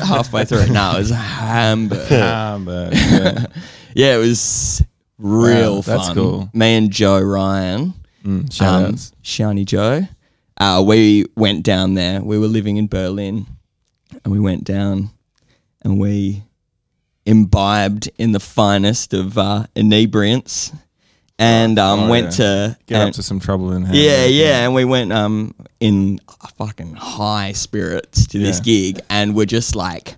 Speaker 3: Halfway through. No, it was Hamburg.
Speaker 4: Um, but, yeah.
Speaker 3: Yeah, it was real
Speaker 4: Wow,
Speaker 3: fun.
Speaker 4: that's cool.
Speaker 3: Me and Joe Ryan,
Speaker 4: Mm, shout
Speaker 3: um,
Speaker 4: outs.
Speaker 3: Shiny Joe, uh, we went down there. We were living in Berlin, and we went down, and we imbibed in the finest of uh, inebriants, and um,
Speaker 4: Oh,
Speaker 3: went
Speaker 4: yeah.
Speaker 3: to
Speaker 4: Get
Speaker 3: and-
Speaker 4: up to some trouble in hand.
Speaker 3: yeah, yeah, and we went um in fucking high spirits to this
Speaker 4: Yeah.
Speaker 3: gig, and we're just like,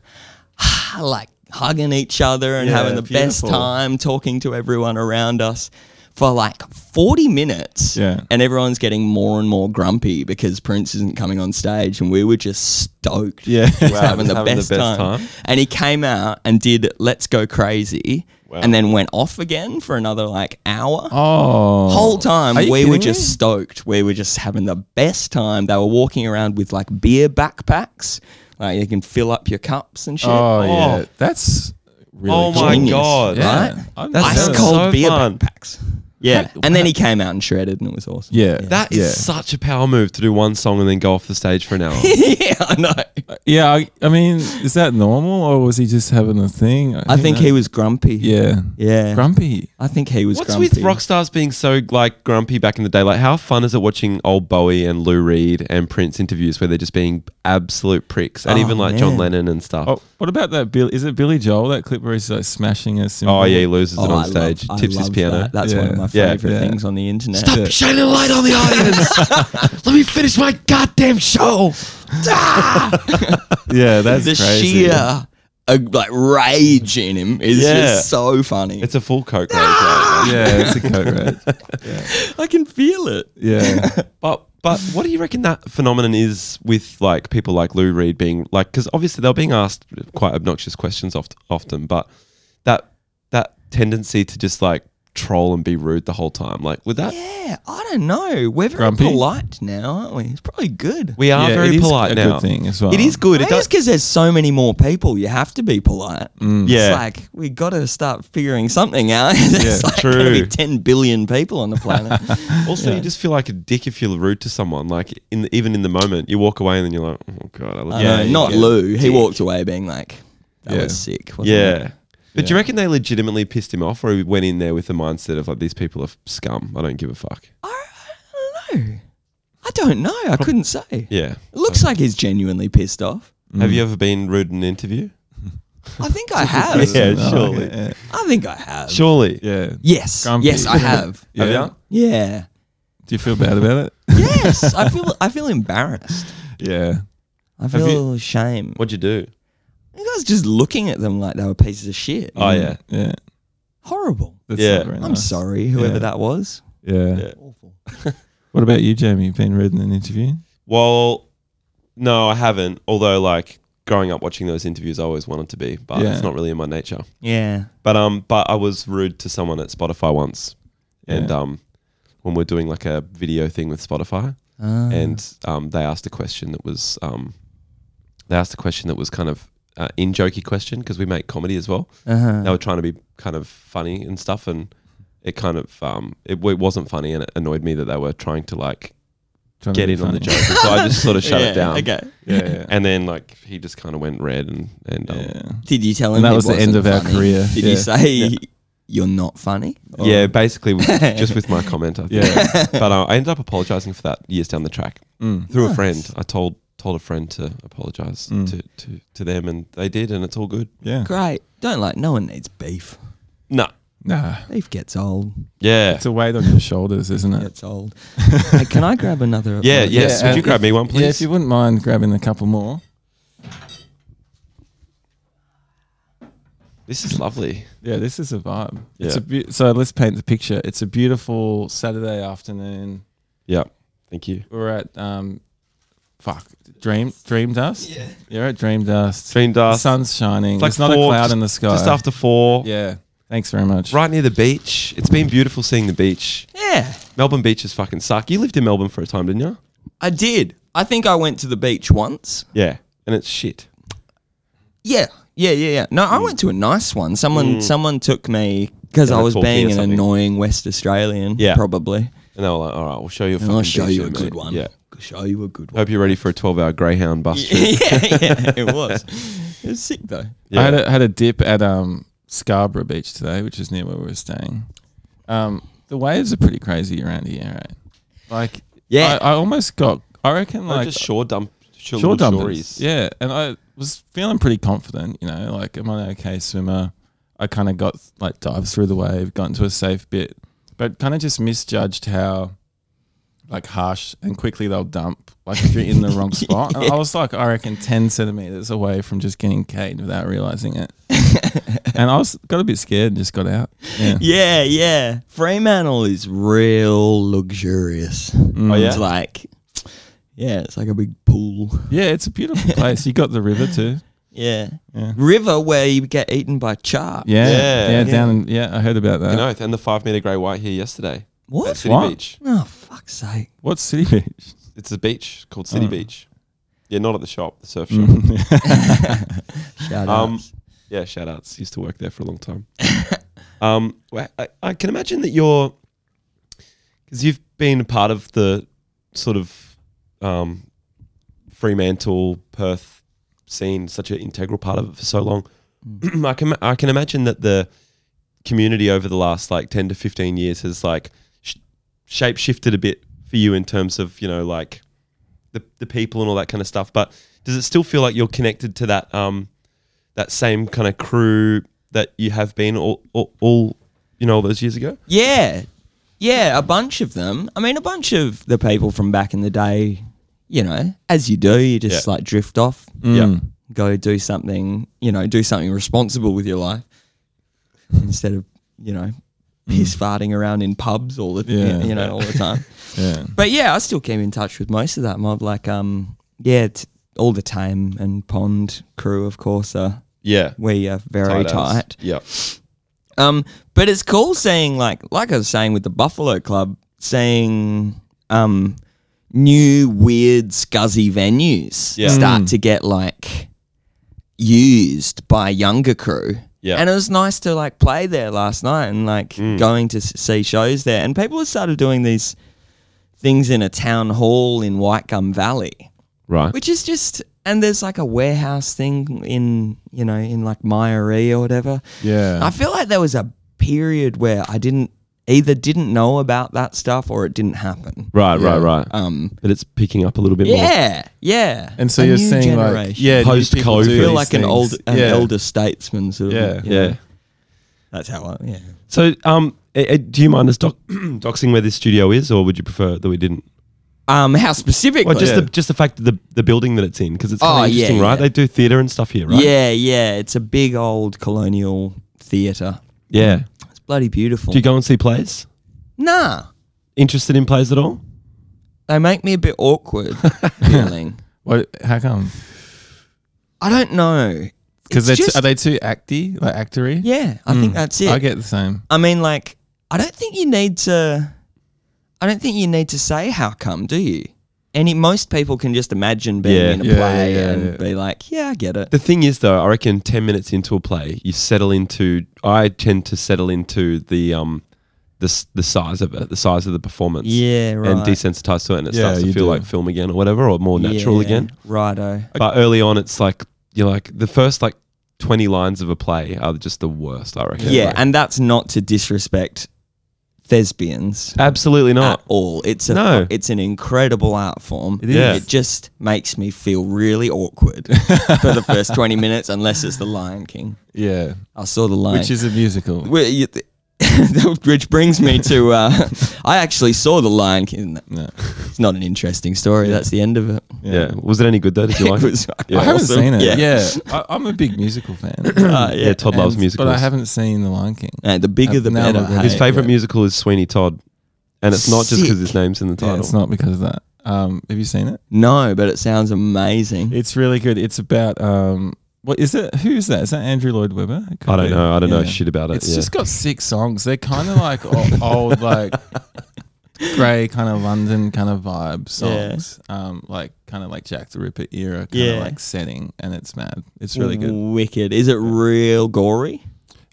Speaker 3: like hugging each other and
Speaker 4: Yeah,
Speaker 3: having the
Speaker 4: beautiful.
Speaker 3: best time, talking to everyone around us for like forty minutes.
Speaker 4: Yeah.
Speaker 3: and everyone's getting more and more grumpy because Prince isn't coming on stage, and we were just stoked.
Speaker 4: Yeah.
Speaker 3: Just
Speaker 2: Wow,
Speaker 3: having,
Speaker 2: just
Speaker 3: the,
Speaker 2: having the
Speaker 3: best
Speaker 2: best
Speaker 3: time.
Speaker 2: time.
Speaker 3: And he came out and did "Let's Go Crazy," and then went off again for another like hour
Speaker 4: Oh.
Speaker 3: whole time
Speaker 4: Are you
Speaker 3: we were
Speaker 4: kidding
Speaker 3: just
Speaker 4: me?
Speaker 3: stoked. We were just having the best time. They were walking around with like beer backpacks. Like you can fill up your cups and shit.
Speaker 4: Oh, yeah.
Speaker 2: Oh.
Speaker 4: That's really
Speaker 2: Oh,
Speaker 4: cool.
Speaker 2: my
Speaker 3: Genius,
Speaker 2: God.
Speaker 4: Yeah.
Speaker 3: Right?
Speaker 4: I've
Speaker 2: That's
Speaker 4: never-
Speaker 3: Ice
Speaker 2: sounds
Speaker 3: cold
Speaker 2: so
Speaker 3: beer
Speaker 2: fun.
Speaker 3: backpacks. Yeah. And then he came out and shredded and it was awesome.
Speaker 4: Yeah.
Speaker 2: That is
Speaker 4: yeah.
Speaker 2: such a power move to do one song and then go off the stage for an hour.
Speaker 3: yeah, I know.
Speaker 4: Yeah, I, I mean, is that normal or was he just having a thing?
Speaker 3: I think he was grumpy.
Speaker 4: Yeah.
Speaker 3: Yeah.
Speaker 4: Grumpy.
Speaker 3: I think he was
Speaker 2: What's
Speaker 3: grumpy.
Speaker 2: with rock stars being so like grumpy back in the day? Like, how fun is it watching old Bowie and Lou Reed and Prince interviews where they're just being absolute pricks, and
Speaker 3: Oh,
Speaker 2: even like John
Speaker 3: man.
Speaker 2: Lennon and stuff?
Speaker 4: Oh, what about that? Bill? Is it Billy Joel that clip where he's like smashing a cymbal?
Speaker 2: Oh yeah, he loses
Speaker 3: Oh,
Speaker 2: it
Speaker 3: I
Speaker 2: on
Speaker 3: love-
Speaker 2: stage,
Speaker 3: I
Speaker 2: tips his
Speaker 3: love
Speaker 2: piano.
Speaker 3: that. That's one of
Speaker 4: Yeah.
Speaker 3: my
Speaker 2: Yeah.
Speaker 3: favorite
Speaker 4: Yeah.
Speaker 3: things on the internet.
Speaker 4: Yeah.
Speaker 2: Shine a light on the audience. Let me finish my goddamn show.
Speaker 4: yeah, that's
Speaker 3: The
Speaker 4: crazy.
Speaker 3: sheer uh, like rage in him is
Speaker 2: Yeah.
Speaker 3: just so funny.
Speaker 2: It's a full coke rage. right?
Speaker 4: Yeah, it's a coat rage.
Speaker 3: I can feel it.
Speaker 4: Yeah,
Speaker 2: But but what do you reckon that phenomenon is with like people like Lou Reed being like because obviously they're being asked quite obnoxious questions oft, often, but that that tendency to just like troll and be rude the whole time, like with that.
Speaker 3: Yeah, I don't know. We're very
Speaker 4: Grumpy?
Speaker 3: polite now, aren't we? It's probably good.
Speaker 2: We are
Speaker 4: Yeah,
Speaker 2: very
Speaker 4: it is
Speaker 2: polite
Speaker 4: a
Speaker 2: now.
Speaker 4: Good thing as well.
Speaker 2: It is good. It
Speaker 3: Maybe
Speaker 2: does. Mm.
Speaker 3: it's because there's so many more people. You have to be polite.
Speaker 2: Yeah.
Speaker 3: It's like we got to start figuring something out. There's
Speaker 4: Yeah,
Speaker 3: like going to be
Speaker 2: true.
Speaker 3: 10 billion people on the planet.
Speaker 2: Also, you just feel like a dick if you're rude to someone. Like in the, even in the moment, you walk away and then you're like, oh god, I love
Speaker 3: yeah,
Speaker 2: you."
Speaker 3: not
Speaker 2: Yeah.
Speaker 3: Loo. He walked away being like, that
Speaker 4: Yeah.
Speaker 3: was sick. wasn't
Speaker 2: Yeah.
Speaker 3: it?
Speaker 2: But do you reckon they legitimately pissed him off, or he went in there with the mindset of like these people are scum? I don't give a fuck.
Speaker 3: I don't know. I don't know. I couldn't say. It
Speaker 2: Yeah.
Speaker 3: looks like he's genuinely pissed off.
Speaker 2: Have you ever been rude in an interview?
Speaker 3: I think I have.
Speaker 2: Yeah,
Speaker 4: Oh,
Speaker 2: surely.
Speaker 4: Yeah.
Speaker 3: I think I have.
Speaker 2: Surely.
Speaker 4: yeah.
Speaker 3: Yes.
Speaker 4: Grumpy.
Speaker 3: Yes, I have.
Speaker 4: Yeah.
Speaker 2: Have you?
Speaker 3: Yeah.
Speaker 4: Do you feel bad about it?
Speaker 3: Yes. I feel I feel embarrassed.
Speaker 4: Yeah.
Speaker 3: I
Speaker 2: you-
Speaker 3: feel shame.
Speaker 2: What'd you do?
Speaker 3: You guys just looking at them like they were pieces of shit.
Speaker 2: Oh yeah.
Speaker 4: Yeah.
Speaker 3: Horrible.
Speaker 4: That's
Speaker 2: Yeah.
Speaker 4: not very
Speaker 3: I'm
Speaker 4: nice.
Speaker 3: sorry, whoever
Speaker 4: Yeah.
Speaker 3: that was.
Speaker 4: Yeah.
Speaker 2: Yeah.
Speaker 3: Awful.
Speaker 4: What about you, Jamie? You've been reading an interview?
Speaker 2: Well, no, I haven't. Although, like growing up watching those interviews, I always wanted to be, but
Speaker 4: Yeah.
Speaker 2: it's not really in my nature.
Speaker 3: Yeah.
Speaker 2: But um, but I was rude to someone at Spotify once, and
Speaker 4: Yeah.
Speaker 2: um, when we're doing like a video thing with Spotify,
Speaker 3: Ah.
Speaker 2: and um, they asked a question that was um, they asked a question that was kind of uh, in jokey question because we make comedy as well.
Speaker 3: Uh-huh.
Speaker 2: They were trying to be kind of funny and stuff, and it kind of um, it, w- it wasn't funny, and it annoyed me that they were trying to like
Speaker 4: Trying to
Speaker 2: get
Speaker 4: be
Speaker 2: in on the
Speaker 4: funny.
Speaker 2: joke, And so I just sort of shut it down.
Speaker 3: Okay.
Speaker 4: Yeah, yeah.
Speaker 2: And then like he just kind of went red and and um, yeah.
Speaker 4: yeah.
Speaker 3: Did you tell him
Speaker 4: And that
Speaker 3: it
Speaker 4: was the end
Speaker 3: wasn't
Speaker 4: of our
Speaker 3: funny?
Speaker 4: career.
Speaker 3: Did
Speaker 4: Yeah.
Speaker 3: you say you're not funny? Or-
Speaker 2: basically with- just with my comment. I think.
Speaker 4: Yeah.
Speaker 2: but uh, I ended up apologizing for that years down the track
Speaker 4: Mm.
Speaker 2: through a
Speaker 3: Nice.
Speaker 2: friend. I told told a friend to apologize
Speaker 4: Mm.
Speaker 2: to, to to them, and they did, and it's all good.
Speaker 4: Yeah.
Speaker 3: Oh, Great. Don't like no one needs beef.
Speaker 2: No,
Speaker 4: Nah.
Speaker 3: Beef gets old.
Speaker 2: yeah,
Speaker 4: It's a weight on your shoulders, isn't it?
Speaker 3: Gets old. Hey, can I grab another?
Speaker 2: yeah,
Speaker 3: apology?
Speaker 2: yes.
Speaker 4: Yeah,
Speaker 2: Would you
Speaker 4: uh,
Speaker 2: grab me one, please?
Speaker 4: Yeah, if you wouldn't mind grabbing a couple more.
Speaker 2: This is lovely.
Speaker 4: Yeah, this is a vibe. It's
Speaker 2: Yeah.
Speaker 4: a be- so let's paint the picture. It's a beautiful Saturday afternoon.
Speaker 2: Yeah, Thank you.
Speaker 4: We were at um, fuck, dream, dream dust. Yeah, you're at dream dust.
Speaker 2: Dream
Speaker 4: The
Speaker 2: dust.
Speaker 4: sun's shining.
Speaker 2: like
Speaker 4: It's not
Speaker 2: four-
Speaker 4: a cloud in the sky.
Speaker 2: Just after four.
Speaker 4: Yeah. Thanks very much.
Speaker 2: Right near the beach. It's been beautiful seeing the beach.
Speaker 3: Yeah,
Speaker 2: Melbourne beaches fucking suck. You lived in Melbourne for a time, didn't you?
Speaker 3: I did. I think I went to the beach once.
Speaker 2: Yeah. And it's shit.
Speaker 3: Yeah, yeah, yeah, yeah. No,
Speaker 2: Hmm.
Speaker 3: I went to a nice one. Someone, someone took me because
Speaker 2: Yeah,
Speaker 3: I
Speaker 2: a
Speaker 3: was
Speaker 2: talkie or
Speaker 3: being an
Speaker 2: something.
Speaker 3: annoying West Australian.
Speaker 2: Yeah.
Speaker 3: probably.
Speaker 2: And they were like, all right, we'll show you a
Speaker 3: And
Speaker 2: fucking
Speaker 3: I'll show
Speaker 2: beach
Speaker 3: you a
Speaker 2: then,
Speaker 3: good
Speaker 2: mate."
Speaker 3: one.
Speaker 2: Yeah.
Speaker 3: I'll show you a good one.
Speaker 2: Hope you're ready for a 12 hour Greyhound bus trip.
Speaker 3: yeah, yeah, it was. It was sick though.
Speaker 2: Yeah.
Speaker 4: I had a, had a dip at um, Scarborough Beach today, which is near where we were staying. Um, the waves are pretty crazy around here, right? Like,
Speaker 3: Yeah.
Speaker 4: I, I almost got. I reckon
Speaker 2: Like
Speaker 4: like
Speaker 2: just shore dump, shore,
Speaker 4: shore
Speaker 2: little
Speaker 4: dumpers.
Speaker 2: shories.
Speaker 4: Yeah, and I was feeling pretty confident. You know, like I'm an okay swimmer. I kind of got like dived through the wave, got into a safe bit, but kind of just misjudged how like harsh and quickly they'll dump like if you're in the wrong spot. And I was like, I reckon ten centimeters away from just getting caked without realizing it, and I was got a bit scared and just got out. Yeah,
Speaker 3: Yeah, yeah. Fremantle is real luxurious.
Speaker 2: Oh,
Speaker 4: Mm.
Speaker 2: yeah?
Speaker 3: It's like, yeah, it's like a big pool.
Speaker 4: yeah, it's a beautiful place. You got the river too.
Speaker 3: Yeah.
Speaker 4: Yeah.
Speaker 3: River where you get eaten by carp.
Speaker 4: Yeah,
Speaker 2: Yeah.
Speaker 4: yeah, down. In, yeah, I heard about that.
Speaker 2: You know, and the five meter grey white here yesterday. At
Speaker 3: What?
Speaker 2: City
Speaker 4: What?
Speaker 2: Beach.
Speaker 3: Oh, fuck's sake.
Speaker 4: What's City Beach?
Speaker 2: It's a beach called City
Speaker 4: Oh. Mm.
Speaker 2: Beach. Yeah, not at the shop, the surf shop.
Speaker 3: Shout
Speaker 2: Um,
Speaker 3: outs.
Speaker 2: Yeah, shout outs. Used to work there for a long time. um, well, I, I can imagine that you're, because you've been a part of the sort of um, Fremantle, Perth scene, such an integral part of it for so long. I can I can imagine that the community over the last like ten to fifteen years has like sh- shape shifted a bit for you in terms of you know like the the people and all that kind of stuff. But does it still feel like you're connected to that um, that same kind of crew that you have been all, all, all you know all those years ago?
Speaker 3: Yeah. Yeah, a bunch of them. I mean, a bunch of the people from back in the day, you know, as you do, you just
Speaker 2: Yeah.
Speaker 3: like drift off,
Speaker 2: Yeah.
Speaker 3: go do something, you know, do something responsible with your life instead of, you know, piss farting around in pubs all the,
Speaker 4: Yeah.
Speaker 3: you know, all the time.
Speaker 4: Yeah.
Speaker 3: But yeah, I still keep in touch with most of that mob. Like, um, yeah, t- all the Tame and Pond crew, of course, are
Speaker 2: Yeah,
Speaker 3: we are very tight.
Speaker 2: Yeah,
Speaker 3: Um, but it's cool seeing like like I was saying with the Buffalo Club, seeing um new weird scuzzy venues
Speaker 2: Yeah.
Speaker 3: start to get like used by younger crew.
Speaker 2: Yeah. Mm.
Speaker 3: And it was nice to like play there last night and like going to s- see shows there. And people have started doing these things in a town hall in White Gum Valley
Speaker 2: right.
Speaker 3: which is just and there's like a warehouse thing in you know in like Myeree or whatever.
Speaker 4: Yeah.
Speaker 3: I feel like there was a period where I didn't either didn't know about that stuff or it didn't happen.
Speaker 2: Right, right, right.
Speaker 3: Um,
Speaker 2: but it's picking up a little bit more.
Speaker 3: yeah, yeah.
Speaker 4: And so
Speaker 3: A
Speaker 4: you're
Speaker 3: new
Speaker 4: seeing like
Speaker 3: generation.
Speaker 4: yeah, new
Speaker 2: Post-COVID. I
Speaker 4: people do
Speaker 3: I feel
Speaker 4: these
Speaker 3: like an
Speaker 4: things.
Speaker 3: old an
Speaker 4: yeah.
Speaker 3: elder statesman sort of.
Speaker 4: Yeah.
Speaker 3: you know.
Speaker 2: Yeah.
Speaker 3: that's how I yeah.
Speaker 2: So, um, eh, eh, do you mind us doc- doxing where this studio is, or would you prefer that we didn't?
Speaker 3: Um, how specific?
Speaker 2: Well, just
Speaker 3: yeah.
Speaker 2: the just the fact that the the building that it's in because it's kind
Speaker 3: Oh,
Speaker 2: of
Speaker 3: yeah,
Speaker 2: interesting, right?
Speaker 3: yeah.
Speaker 2: They do theatre and stuff here, right?
Speaker 3: yeah, yeah. It's a big old colonial theatre.
Speaker 2: yeah.
Speaker 3: It's bloody beautiful.
Speaker 2: Do you go and see plays?
Speaker 3: nah,
Speaker 2: Interested in plays at all?
Speaker 3: they make me a bit awkward feeling.
Speaker 4: What? How come?
Speaker 3: I don't know.
Speaker 4: Because
Speaker 3: It's
Speaker 4: are
Speaker 3: just-
Speaker 4: they too acty, like actory?
Speaker 3: yeah, I think that's it.
Speaker 4: I
Speaker 3: I,
Speaker 4: get the same.
Speaker 3: mean, like, I don't think you need to. I don't think you need to say how come, do you? Any most people can just imagine being
Speaker 2: Yeah.
Speaker 3: in a
Speaker 4: Yeah,
Speaker 3: play
Speaker 4: yeah, yeah,
Speaker 3: and
Speaker 4: yeah.
Speaker 3: be like, yeah, I get it.
Speaker 2: The thing is, though, I reckon ten minutes into a play, you settle into. I tend to settle into the um, the s- the size of it, the size of the performance.
Speaker 3: Yeah, right.
Speaker 2: And desensitized to it, and it
Speaker 4: Yeah,
Speaker 2: starts to
Speaker 4: you
Speaker 2: feel
Speaker 4: do.
Speaker 2: like film again, or whatever, or more natural
Speaker 3: Yeah,
Speaker 2: again.
Speaker 3: Righto.
Speaker 2: But early on, it's like you're like the first like twenty lines of a play are just the worst. I reckon.
Speaker 3: Yeah, and that's not to disrespect thespians
Speaker 2: absolutely
Speaker 3: at
Speaker 4: Ah,
Speaker 2: not.
Speaker 3: all. It's a
Speaker 2: No.
Speaker 3: it's an incredible art form. It
Speaker 2: is. Yeah.
Speaker 3: It just makes me feel really awkward for the first twenty minutes, unless it's the Lion King.
Speaker 4: Yeah,
Speaker 3: I saw the Lion
Speaker 4: which is a musical.
Speaker 3: Well, you- th- Which brings me to uh, I actually saw The Lion King.
Speaker 4: No.
Speaker 3: It's not an interesting story. That's the end of it.
Speaker 2: Yeah. Was it any good though? Did you
Speaker 3: It
Speaker 2: like it?
Speaker 3: was
Speaker 2: Yeah.
Speaker 4: I haven't
Speaker 3: awesome.
Speaker 4: seen it.
Speaker 3: Yeah.
Speaker 4: Yeah, I, I'm a big musical fan.
Speaker 3: Uh,
Speaker 2: Yeah,
Speaker 3: yeah.
Speaker 2: Todd loves
Speaker 4: And-
Speaker 2: musicals.
Speaker 4: But I haven't seen The Lion King.
Speaker 3: Uh, the bigger the
Speaker 4: Now
Speaker 3: better.
Speaker 4: I'm
Speaker 3: hey.
Speaker 2: His favorite
Speaker 4: yeah.
Speaker 2: musical is Sweeney Todd. And it's not just because his
Speaker 3: Sick.
Speaker 2: name's in the title.
Speaker 4: Yeah, it's not because of that. Um, have you seen it?
Speaker 3: No, but it sounds amazing.
Speaker 4: It's really good. It's about um, what is it? Who's that? Is that Andrew Lloyd Webber? It could
Speaker 2: I don't
Speaker 4: be.
Speaker 2: know. I don't know
Speaker 4: Yeah.
Speaker 2: shit about it.
Speaker 4: It's
Speaker 2: yeah.
Speaker 4: just got six songs. They're kind of like o- old, like grey kind of London kind of vibe songs. Um, like kind of like Jack the Ripper era kind
Speaker 3: Yeah.
Speaker 4: of like setting, and it's mad. It's really good.
Speaker 3: Wicked. Is it real gory?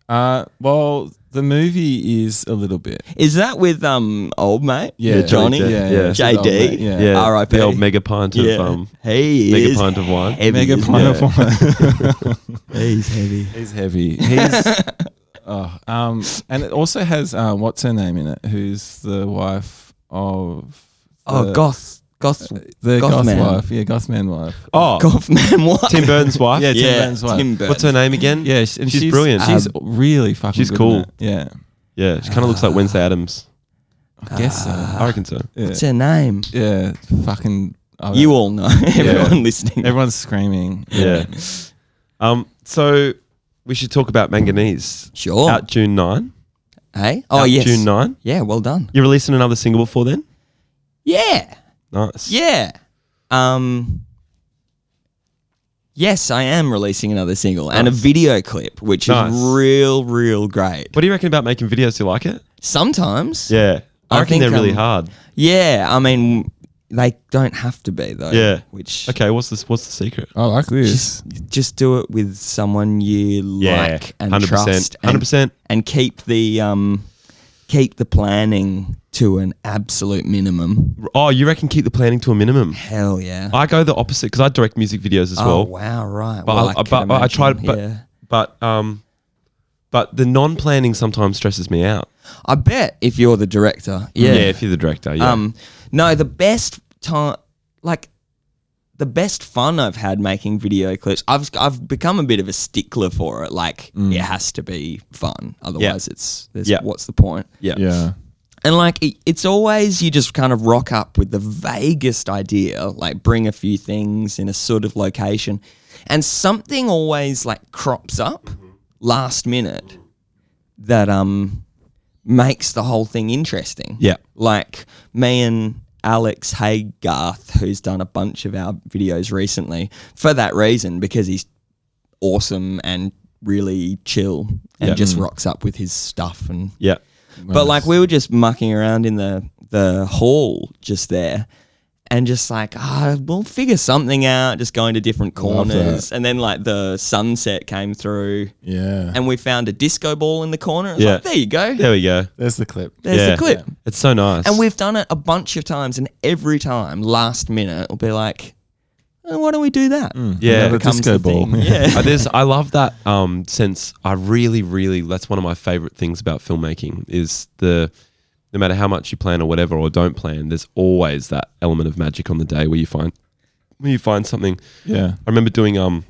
Speaker 4: Uh, well, the movie is a little bit.
Speaker 3: Is that with um old mate?
Speaker 4: Yeah,
Speaker 3: Johnny.
Speaker 2: Johnny.
Speaker 4: Yeah,
Speaker 2: Yeah.
Speaker 4: yeah, it's with old
Speaker 3: JD.
Speaker 4: mate, Yeah,
Speaker 2: yeah,
Speaker 3: R.I.P..
Speaker 2: The old mega pint of um,
Speaker 3: he
Speaker 2: mega
Speaker 3: is
Speaker 2: pint of wine.
Speaker 3: heavy.
Speaker 4: Mega
Speaker 3: isn't
Speaker 4: pint of wine.
Speaker 3: he? He's heavy.
Speaker 4: He's heavy. He's. oh, um, and it also has uh, what's her name in it? Who's the wife of?
Speaker 3: Oh,
Speaker 4: the-
Speaker 3: goth, goth,
Speaker 4: The goth,
Speaker 3: Gothman.
Speaker 4: wife. Yeah, Gothman wife.
Speaker 2: Oh,
Speaker 3: goth man. What?
Speaker 2: Tim Burton's wife.
Speaker 4: Yeah, Tim
Speaker 3: yeah,
Speaker 4: Burton's wife.
Speaker 3: Tim Burton.
Speaker 2: What's her name again?
Speaker 4: Yeah, sh- and
Speaker 2: She's
Speaker 4: she's,
Speaker 2: brilliant. Um,
Speaker 4: She's really fucking.
Speaker 2: she's
Speaker 4: good in
Speaker 2: cool.
Speaker 4: it. Yeah,
Speaker 2: Yeah, she kind of looks like Wednesday Adams.
Speaker 4: I guess
Speaker 3: Ah.
Speaker 2: I reckon so.
Speaker 4: so. Yeah,
Speaker 3: What's her name?
Speaker 4: yeah fucking. I
Speaker 3: You
Speaker 4: don't-
Speaker 3: all know. Everyone listening.
Speaker 4: Everyone's screaming.
Speaker 2: Yeah. um. So we should talk about manganese.
Speaker 3: Sure.
Speaker 2: Out June nine.
Speaker 3: hey. Oh
Speaker 2: Out
Speaker 3: yes.
Speaker 2: June nine.
Speaker 3: Yeah. Well done.
Speaker 2: You're releasing another single before then.
Speaker 3: Yeah.
Speaker 2: Nice.
Speaker 3: Yeah. Um. Yes, I am releasing another single and a video clip, which
Speaker 2: Nice.
Speaker 3: is real, real great.
Speaker 2: What do you reckon about making videos? Do you like it?
Speaker 3: Sometimes.
Speaker 2: Yeah. I,
Speaker 3: I
Speaker 2: reckon
Speaker 3: think,
Speaker 2: they're really
Speaker 3: um,
Speaker 2: hard.
Speaker 3: Yeah, I mean, they don't have to be though.
Speaker 2: Yeah.
Speaker 3: Which
Speaker 2: Okay. What's this? What's the secret?
Speaker 4: I like this.
Speaker 3: just just do it with someone you like and
Speaker 2: 100%,
Speaker 3: trust. and-
Speaker 2: 100%.
Speaker 3: And keep the um, keep the planning to an absolute minimum.
Speaker 2: Oh, you reckon keep the planning to a minimum?
Speaker 3: Hell yeah.
Speaker 2: I go the opposite because I direct music videos as
Speaker 3: oh
Speaker 2: well.
Speaker 3: wow, right.
Speaker 2: But
Speaker 3: Well,
Speaker 2: I,
Speaker 3: I,
Speaker 2: but, but I try to,
Speaker 3: tried.
Speaker 2: but, but um, but the non-planning sometimes stresses me out.
Speaker 3: I bet if you're the director, yeah.
Speaker 2: if you're the director, yeah,
Speaker 3: Um, no, the best time, like the best fun I've had making video clips. I've I've become a bit of a stickler for it. Like it has to be fun, otherwise it's there's,
Speaker 2: Mm. Yeah.
Speaker 3: what's the point?
Speaker 2: yeah,
Speaker 4: Yeah.
Speaker 3: And like it, it's always you just kind of rock up with the vaguest idea, like bring a few things in a sort of location, and something always like crops up last minute that um makes the whole thing interesting.
Speaker 2: Yeah.
Speaker 3: Like me and Alex Haygarth, who's done a bunch of our videos recently, for that reason, because he's awesome and really chill and
Speaker 2: Yeah. Mm.
Speaker 3: just rocks up with his stuff and
Speaker 2: yeah.
Speaker 3: but like we were just mucking around in the the hall just there and just like ah we'll figure something out just going to different
Speaker 4: Love that.
Speaker 3: corners and then like the sunset came through
Speaker 4: Yeah.
Speaker 3: and we found a disco ball in the corner. It's
Speaker 2: Yeah.
Speaker 3: like, there you go.
Speaker 2: There we go.
Speaker 4: There's the clip.
Speaker 3: There's
Speaker 2: Yeah.
Speaker 3: the clip.
Speaker 2: It's so nice.
Speaker 3: And we've done it a bunch of times, and every time, last minute, we'll be like, "Oh, why don't we do that?
Speaker 2: yeah,
Speaker 4: Another
Speaker 3: Becomes
Speaker 4: Mm. disco
Speaker 3: the
Speaker 4: ball.
Speaker 3: thing. Yeah.
Speaker 2: Uh, there's, I love that um, sense. I really, really, that's one of my favorite things about filmmaking is the, no matter how much you plan or whatever or don't plan, there's always that element of magic on the day where you find, where you find something.
Speaker 4: Yeah.
Speaker 2: I remember doing um,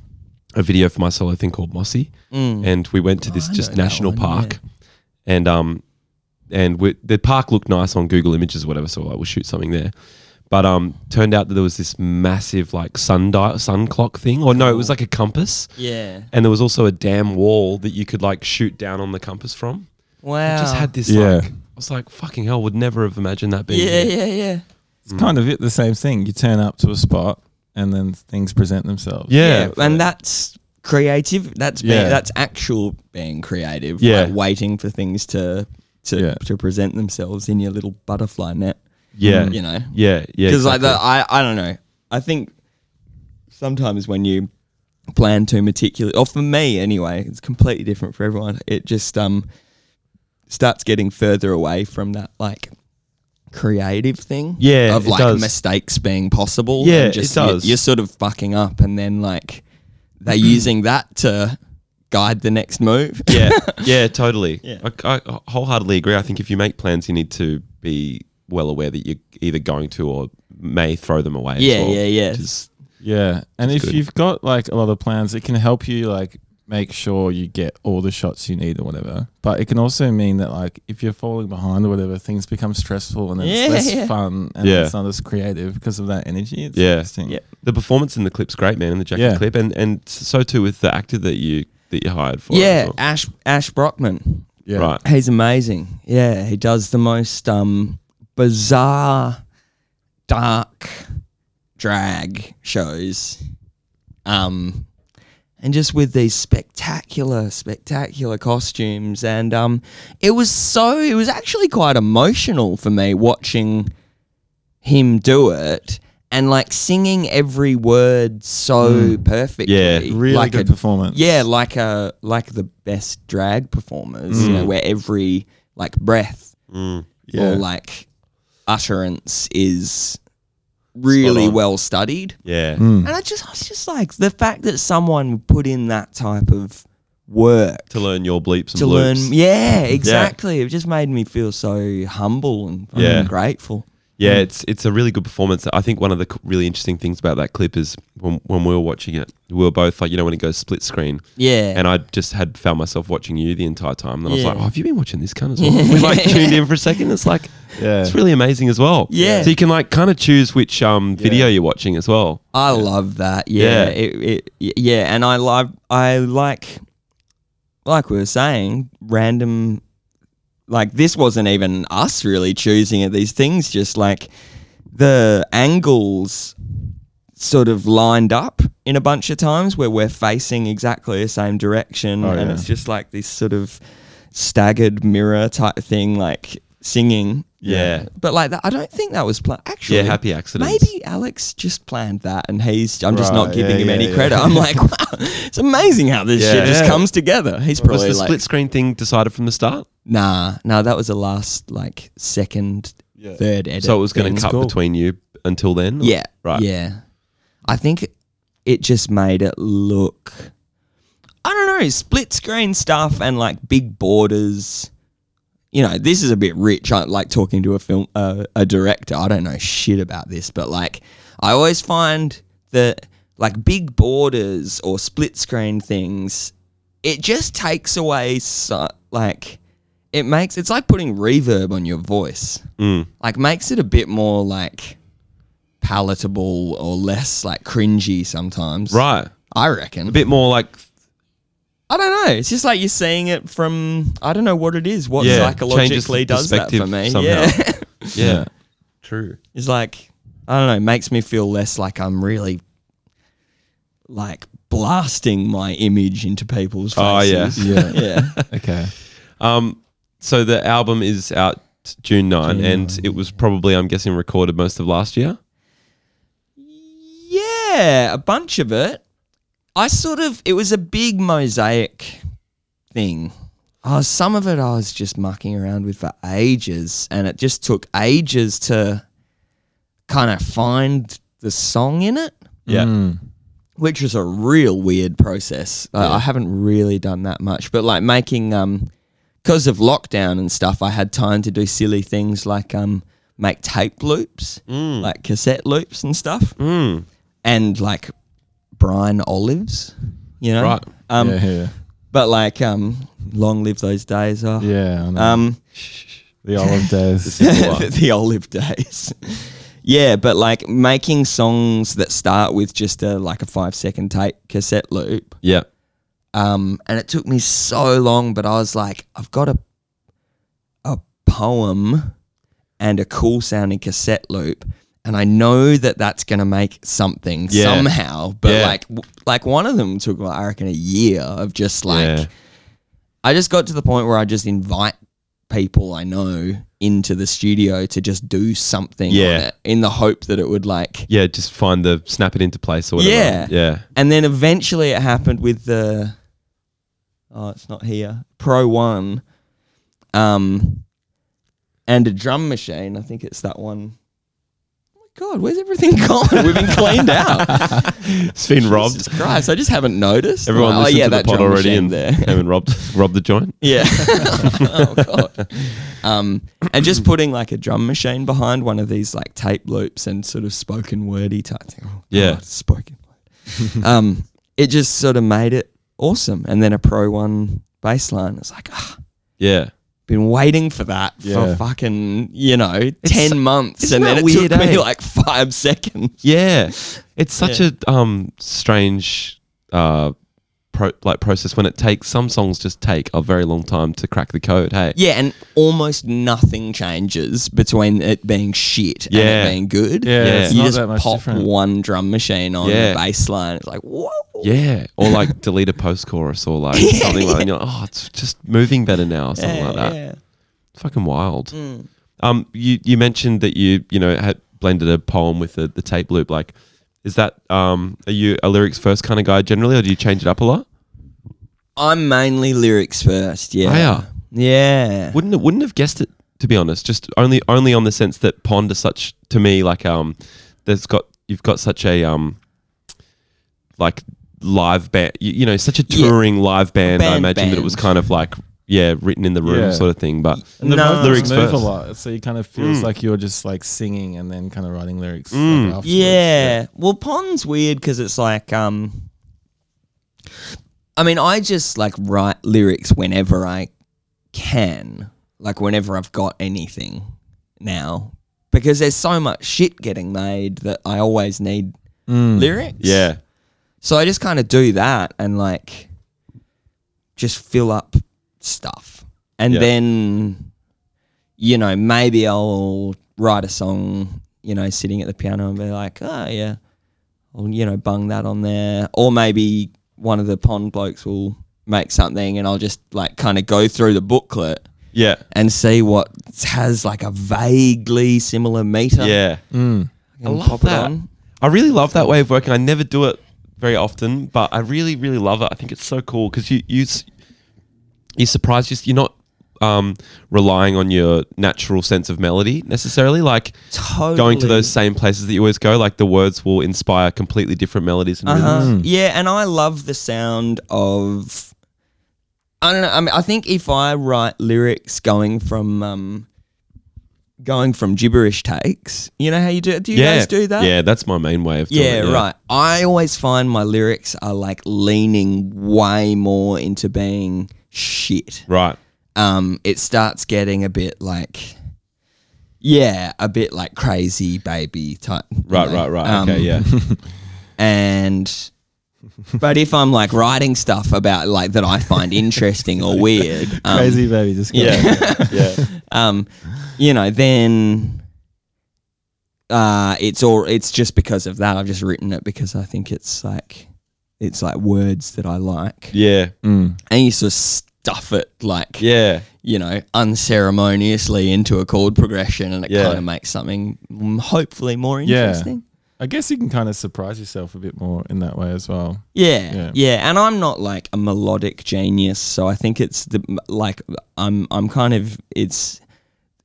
Speaker 2: a video for my solo thing called Mossy, and we went to this
Speaker 3: Mm. Oh, I
Speaker 2: just
Speaker 3: know that
Speaker 2: national
Speaker 3: one,
Speaker 2: park, and um, and we, the park looked nice on Google Images, or whatever. So like, we'll shoot something there. But um, turned out that there was this massive like sun di- sun clock thing, or no, it was like a compass,
Speaker 3: yeah.
Speaker 2: and there was also a damn wall that you could like shoot down on the compass from.
Speaker 3: Wow.
Speaker 2: Just had this
Speaker 4: Yeah.
Speaker 2: like. I was like, fucking hell, would never have imagined that being.
Speaker 3: yeah,
Speaker 2: here.
Speaker 3: yeah, yeah.
Speaker 4: It's
Speaker 2: Mm.
Speaker 4: kind of it, the same thing. You turn up to a spot and then things present themselves.
Speaker 2: Yeah.
Speaker 3: and that's creative. That's being,
Speaker 4: Yeah.
Speaker 3: that's actual being creative.
Speaker 2: Yeah.
Speaker 3: like waiting for things to to
Speaker 4: Yeah.
Speaker 3: to present themselves in your little butterfly net.
Speaker 2: Yeah.
Speaker 3: Mm, you know,
Speaker 2: Yeah. Yeah.
Speaker 3: because like the,
Speaker 2: exactly.
Speaker 3: I I don't know. I think sometimes when you plan too meticulous, or for me anyway, it's completely different for everyone. It just um starts getting further away from that like creative thing.
Speaker 2: Yeah,
Speaker 3: of
Speaker 2: it
Speaker 3: like
Speaker 2: does.
Speaker 3: mistakes being possible.
Speaker 2: Yeah, it
Speaker 3: and you-
Speaker 2: does.
Speaker 3: You're sort of fucking up, and then like they're using that to guide the next move.
Speaker 2: yeah, yeah, totally.
Speaker 3: Yeah.
Speaker 2: I, I wholeheartedly agree. I think if you make plans, you need to be well aware that you're either going to or may throw them away. as
Speaker 3: Yeah,
Speaker 2: well,
Speaker 3: yeah, yeah.
Speaker 2: which is-
Speaker 4: Yeah. And if
Speaker 2: good.
Speaker 4: you've got like a lot of plans, it can help you like make sure you get all the shots you need or whatever. But it can also mean that like if you're falling behind or whatever, things become stressful and then
Speaker 3: Yeah,
Speaker 4: it's less
Speaker 3: yeah.
Speaker 4: fun and
Speaker 2: Yeah.
Speaker 4: it's not as creative because of that energy. It's
Speaker 2: Yeah.
Speaker 4: interesting.
Speaker 3: Yep.
Speaker 2: The performance in the clip's great, man, in the jacket
Speaker 4: Yeah.
Speaker 2: clip, and and so too with the actor that you that you hired for. it as
Speaker 3: yeah.
Speaker 2: well.
Speaker 3: Ash Ash Brockman.
Speaker 4: Yeah.
Speaker 2: right.
Speaker 3: He's amazing. Yeah, he does the most um, bizarre, dark drag shows. Um, and just with these spectacular, spectacular costumes. And um, it was so, it was actually quite emotional for me watching him do it and like singing every word so perfectly.
Speaker 2: Yeah,
Speaker 4: Mm. Really
Speaker 3: like
Speaker 4: good
Speaker 3: a,
Speaker 4: performance.
Speaker 3: yeah, like a like the best drag performers, you know, where every like breath
Speaker 4: Yeah.
Speaker 3: or like utterance is really
Speaker 2: on.
Speaker 3: well studied.
Speaker 2: Yeah.
Speaker 4: Mm.
Speaker 3: And I just I was just like the fact that someone would put in that type of work
Speaker 2: To learn your bleeps and
Speaker 3: to learn
Speaker 2: bloops.
Speaker 3: yeah, exactly. It just made me feel so humble and fucking
Speaker 2: Yeah.
Speaker 3: grateful.
Speaker 2: Yeah, it's it's a really good performance. I think one of the c- really interesting things about that clip is when, when we were watching it, we were both like, you know, when it goes split screen,
Speaker 3: Yeah.
Speaker 2: and I just had found myself watching you the entire time. And I was
Speaker 3: Yeah.
Speaker 2: like, oh, have you been watching this kind of? Well? We like tuned in for a second. It's like,
Speaker 4: Yeah.
Speaker 2: it's really amazing as well.
Speaker 3: Yeah.
Speaker 2: so you can like kind of choose which um video you're watching as well.
Speaker 3: I love that. Yeah,
Speaker 2: Yeah.
Speaker 3: It, it, y- yeah, and I love I like like we were saying random like this wasn't even us really choosing it. These things just like the angles sort of lined up in a bunch of times where we're facing exactly the same direction
Speaker 4: Oh,
Speaker 3: and
Speaker 4: yeah.
Speaker 3: it's just like this sort of staggered mirror type thing like singing
Speaker 2: Yeah.
Speaker 3: but like that, I don't think that was planned. Actually,
Speaker 2: Yeah, happy accidents.
Speaker 3: Maybe Alex just planned that, and he's. I'm just not
Speaker 4: Right,
Speaker 3: giving
Speaker 4: yeah,
Speaker 3: him
Speaker 4: yeah,
Speaker 3: any
Speaker 4: yeah.
Speaker 3: credit. I'm like, wow, it's amazing how this
Speaker 2: Yeah.
Speaker 3: shit just
Speaker 2: Yeah.
Speaker 3: comes together. He's
Speaker 2: Was
Speaker 3: probably
Speaker 2: the
Speaker 3: like,
Speaker 2: split screen thing decided from the start?
Speaker 3: nah, nah. That was the last like second, third edit.
Speaker 2: So it was going
Speaker 3: thing.
Speaker 2: to cut between you until then.
Speaker 3: Yeah,
Speaker 2: right.
Speaker 3: Yeah, I think it just made it look. I don't know, split screen stuff and like big borders. You know, this is a bit rich. I like talking to a film, uh, a director. I don't know shit about this, but like, I always find that like big borders or split screen things, it just takes away so, like, it makes it's like putting reverb on your voice.
Speaker 2: Mm.
Speaker 3: Like, makes it a bit more like palatable or less like cringy sometimes.
Speaker 2: right.
Speaker 3: I reckon.
Speaker 2: A bit more like
Speaker 3: I don't know. It's just like you're seeing it from I don't know what it is. What
Speaker 2: yeah,
Speaker 3: psychologically
Speaker 2: changes
Speaker 3: does that for
Speaker 2: perspective
Speaker 3: me?
Speaker 2: somehow.
Speaker 3: Yeah,
Speaker 2: yeah, true.
Speaker 3: it's like I don't know. Makes me feel less like I'm really like blasting my image into people's
Speaker 2: Oh, yeah.
Speaker 3: faces.
Speaker 4: Yeah.
Speaker 3: yeah.
Speaker 4: Okay.
Speaker 2: Um, so the album is out June 9, and it was probably, I'm guessing, recorded most of last year.
Speaker 3: Yeah, a bunch of it. I sort of it was a big mosaic thing. I was, some of it I was just mucking around with for ages, and it just took ages to kind of find the song in it,
Speaker 2: Yeah.
Speaker 3: Mm. which was a real weird process. I- I haven't really done that much, but like making um because of lockdown and stuff, I had time to do silly things like um make tape loops, like cassette loops and stuff
Speaker 2: Mm.
Speaker 3: and like brine olives, you know.
Speaker 2: Right.
Speaker 3: Um,
Speaker 4: yeah. Yeah.
Speaker 3: But like, um, long live those days. Oh.
Speaker 4: yeah I know.
Speaker 3: Um,
Speaker 4: the olive days.
Speaker 3: the olive days. yeah, but like making songs that start with just a like a five second tape cassette loop.
Speaker 2: Yeah.
Speaker 3: Um, and it took me so long, but I was like, I've got a a poem and a cool sounding cassette loop, and I know that that's gonna make something
Speaker 2: Yeah.
Speaker 3: somehow. But
Speaker 2: Yeah.
Speaker 3: like, w- like one of them took, I reckon, a year of just like,
Speaker 2: Yeah.
Speaker 3: I just got to the point where I just invite people I know into the studio to just do something
Speaker 2: Yeah.
Speaker 3: on it in the hope that it would like
Speaker 2: Yeah. Just find the snap it into place or whatever.
Speaker 3: Yeah.
Speaker 2: Yeah.
Speaker 3: and then eventually it happened with the oh it's not here pro one um and a drum machine i think it's that one Oh my god where's everything gone we've been cleaned out
Speaker 2: It's been robbed.
Speaker 3: Jesus christ i just haven't noticed
Speaker 2: Everyone
Speaker 3: oh
Speaker 2: listened
Speaker 3: yeah
Speaker 2: to the
Speaker 3: that
Speaker 2: pod
Speaker 3: drum
Speaker 2: already
Speaker 3: machine
Speaker 2: and
Speaker 3: there
Speaker 2: came and robbed, robbed the joint.
Speaker 3: yeah. oh god. Um, and just putting like a drum machine behind one of these like tape loops and sort of spoken wordy type thing. Oh,
Speaker 2: Yeah.
Speaker 3: God, spoken. word. um, it just sort of made it awesome. And then a pro one bass line. It's like, ah,
Speaker 2: Yeah.
Speaker 3: been waiting for that
Speaker 4: Yeah.
Speaker 3: for fucking you know ten months,
Speaker 2: isn't
Speaker 3: and then
Speaker 2: that
Speaker 3: it
Speaker 2: weird,
Speaker 3: took me
Speaker 2: eh?
Speaker 3: like five seconds.
Speaker 2: Yeah. It's such a um strange uh pro- like process when it takes some songs just take a very long time to crack the code. Hey,
Speaker 3: Yeah, and almost nothing changes between it being shit and
Speaker 2: Yeah.
Speaker 3: it being good.
Speaker 4: Yeah,
Speaker 2: Yeah. it's
Speaker 3: you
Speaker 4: not
Speaker 3: just
Speaker 4: that much
Speaker 3: pop
Speaker 4: different.
Speaker 3: one drum machine on
Speaker 2: Yeah.
Speaker 3: the bass line. It's like whoa.
Speaker 2: yeah, or like delete a post chorus or like something like, and you're like, oh, it's just moving better now or something like that.
Speaker 3: Yeah. Mm.
Speaker 2: Fucking wild. Um, you you mentioned that you you know had blended a poem with the, the tape loop. Like, is that um are you a lyrics first kind of guy generally, or do you change it up a lot?
Speaker 3: I'm mainly lyrics first. Yeah.
Speaker 2: Hiya.
Speaker 3: Yeah.
Speaker 2: Wouldn't wouldn't have guessed it to be honest. Just only only on the sense that pond is such to me like um there's got you've got such a um like live band you, you know such a
Speaker 3: Yeah.
Speaker 2: touring live band. I
Speaker 3: Band,
Speaker 2: imagine that it was
Speaker 3: band.
Speaker 2: kind of like yeah written in the room
Speaker 4: Yeah.
Speaker 2: sort of thing. But
Speaker 4: And the
Speaker 3: No.
Speaker 2: Lyrics
Speaker 4: lyrics move a
Speaker 2: first.
Speaker 4: lot, so you kind of feels
Speaker 2: Mm.
Speaker 4: like you're just like singing and then kind of writing lyrics. like,
Speaker 2: Mm.
Speaker 4: afterwards.
Speaker 3: Yeah. Well, Pond's weird because it's like, um, I mean, I just like write lyrics whenever I can, like whenever I've got anything now, because there's so much shit getting made that I always need lyrics.
Speaker 2: yeah,
Speaker 3: So I just kind of do that and like just fill up stuff. And
Speaker 2: Yeah.
Speaker 3: then, you know, maybe I'll write a song, you know, sitting at the piano and be like, oh, yeah, I'll, you know, bung that on there. Or maybe one of the pond blokes will make something and I'll just like kind of go through the booklet
Speaker 2: yeah,
Speaker 3: and see what has like a vaguely similar meter.
Speaker 2: yeah.
Speaker 3: and
Speaker 2: I love
Speaker 3: pop
Speaker 2: that.
Speaker 3: It on.
Speaker 2: I really love that way of working. I never do it very often, but I really, really love it. I think it's so cool because you you s- you surprise you you're not um, relying on your natural sense of melody necessarily. Like
Speaker 3: Totally.
Speaker 2: going to those same places that you always go, like the words will inspire completely different melodies and
Speaker 3: Uh-huh.
Speaker 2: rhythms.
Speaker 3: Yeah, and I love the sound of. I don't know. I mean, I think if I write lyrics going from um, going from gibberish takes, you know how you do. Do you
Speaker 2: yeah,
Speaker 3: guys do that?
Speaker 2: Yeah, that's my main way of doing
Speaker 3: Yeah,
Speaker 2: it.
Speaker 3: right. I always find my lyrics are like leaning way more into being shit.
Speaker 2: right.
Speaker 3: Um, it starts getting a bit like, yeah, a bit like crazy baby type. you
Speaker 2: Right,
Speaker 3: know?
Speaker 2: right, right.
Speaker 3: Um,
Speaker 2: okay, yeah,
Speaker 3: and but if I'm like writing stuff about like that I find interesting or weird, um,
Speaker 4: crazy baby, just go.
Speaker 2: yeah, yeah.
Speaker 3: um, you know, then uh, it's all it's just because of that. I've just written it because I think it's like it's like words that I like,
Speaker 2: Yeah,
Speaker 4: Mm.
Speaker 3: and you sort of stuff it like
Speaker 2: yeah,
Speaker 3: you know unceremoniously into a chord progression, and it
Speaker 2: Yeah.
Speaker 3: kind of makes something mm, hopefully more
Speaker 4: Yeah.
Speaker 3: interesting.
Speaker 4: I guess you can kind of surprise yourself a bit more in that way as well.
Speaker 3: Yeah, yeah,
Speaker 4: Yeah.
Speaker 3: and I'm not like a melodic genius, so I think it's the like I'm I'm kind of it's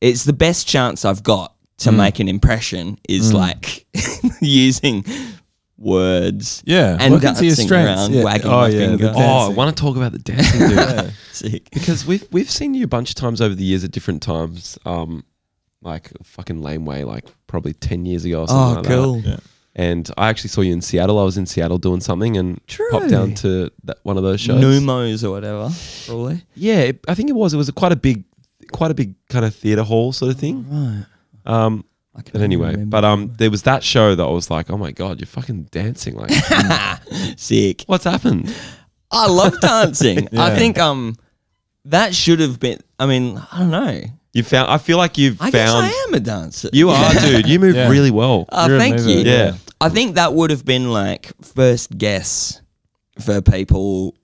Speaker 3: it's the best chance I've got to
Speaker 4: Mm.
Speaker 3: make an impression is like using words.
Speaker 4: Yeah,
Speaker 3: And
Speaker 4: working to your
Speaker 3: dancing
Speaker 4: strengths,
Speaker 3: around,
Speaker 4: yeah.
Speaker 3: wagging
Speaker 4: Oh,
Speaker 3: my
Speaker 4: yeah,
Speaker 3: finger.
Speaker 4: the
Speaker 3: Oh,
Speaker 2: Oh, I
Speaker 4: dancing.
Speaker 2: want to talk about the dancing, dude.
Speaker 4: Yeah.
Speaker 3: Sick.
Speaker 2: because we've we've seen you a bunch of times over the years at different times. Um, like fucking lame way, like probably ten years ago or something
Speaker 3: Oh,
Speaker 2: like
Speaker 3: cool.
Speaker 2: that. And I actually saw you in Seattle. I was in Seattle doing something and popped down to that, one of those shows.
Speaker 3: Numos or whatever, probably.
Speaker 2: Yeah, it, I think it was. It was a, quite a big, quite a big kind of theater hall sort of thing.
Speaker 3: Oh, Right.
Speaker 2: Um,
Speaker 3: I can
Speaker 2: but anyway,
Speaker 3: remember.
Speaker 2: but um, there was that show that I was like, oh my god, you're fucking dancing! Like,
Speaker 3: sick.
Speaker 2: what's happened?
Speaker 3: I love dancing. I
Speaker 4: Yeah.
Speaker 3: think um that should have been. I mean, I don't know.
Speaker 2: You found. I feel like you've
Speaker 3: I guess
Speaker 2: found.
Speaker 3: I am a dancer.
Speaker 2: You are, dude. You move
Speaker 4: Yeah.
Speaker 2: really well.
Speaker 3: Uh,
Speaker 4: You're a
Speaker 3: thank
Speaker 4: mover,
Speaker 3: you.
Speaker 2: yeah.
Speaker 3: I think that would have been like first guess for people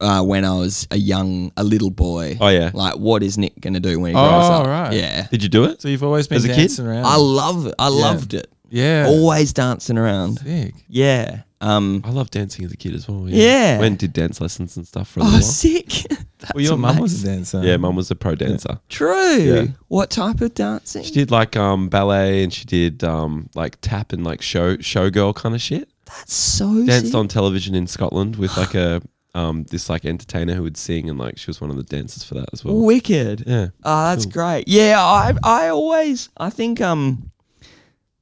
Speaker 3: uh, when I was a young, a little boy.
Speaker 2: Oh yeah.
Speaker 3: Like, what is Nick going to do when he
Speaker 4: Oh,
Speaker 3: grows up?
Speaker 4: right.
Speaker 3: Yeah.
Speaker 2: Did you do it?
Speaker 4: So you've always been
Speaker 2: As a kid?
Speaker 4: dancing around.
Speaker 3: I love it. I loved it.
Speaker 4: yeah.
Speaker 3: Always dancing around.
Speaker 4: Sick.
Speaker 3: Yeah. Um,
Speaker 2: I love dancing as a kid as well.
Speaker 3: Yeah.
Speaker 2: Went and did dance lessons and stuff for a
Speaker 3: oh,
Speaker 2: little
Speaker 3: sick. That's
Speaker 4: Well, your mum was a
Speaker 3: amazing.
Speaker 4: dancer.
Speaker 2: while. Yeah, mum was a pro dancer.
Speaker 3: True.
Speaker 2: Yeah.
Speaker 3: What type of dancing?
Speaker 2: She did like um ballet and she did um like tap and like show showgirl kind of shit.
Speaker 3: That's so
Speaker 2: Danced
Speaker 3: sick.
Speaker 2: on television in Scotland with like a um this like entertainer who would sing and like she was one of the dancers for that as well.
Speaker 3: Wicked.
Speaker 2: Yeah.
Speaker 3: Oh, that's great. Yeah, I I always I think um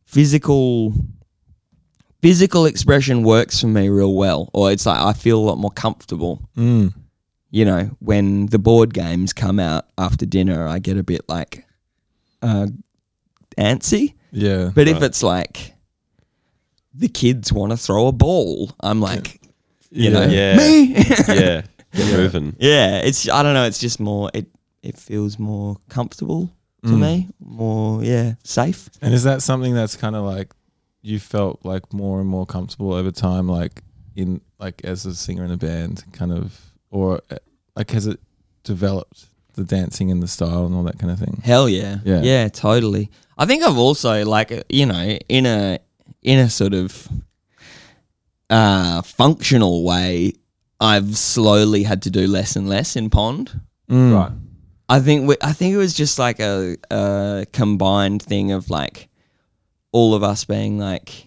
Speaker 3: physical physical expression works for me real well. Or it's like I feel a lot more comfortable.
Speaker 4: Mm.
Speaker 3: You know, when the board games come out after dinner, I get a bit like uh antsy.
Speaker 4: Yeah.
Speaker 3: But if
Speaker 2: Right.
Speaker 3: it's like the kids want to throw a ball, I'm like
Speaker 4: Yeah.
Speaker 3: you know.
Speaker 2: Yeah.
Speaker 3: Me?
Speaker 2: yeah. Get moving.
Speaker 3: yeah, it's I don't know, it's just more it it feels more comfortable to
Speaker 4: Mm.
Speaker 3: me, more yeah, safe.
Speaker 4: And is that something that's kind of like you felt like more and more comfortable over time, like in like as a singer in a band, kind of, or uh, like has it developed the dancing and the style and all that kind of thing?
Speaker 3: Hell yeah.
Speaker 4: Yeah.
Speaker 3: Yeah, totally. I think I've also like uh, you know, in a in a sort of uh functional way, I've slowly had to do less and less in pond.
Speaker 4: Right.
Speaker 3: I think we, I think it was just like a, a combined thing of like all of us being like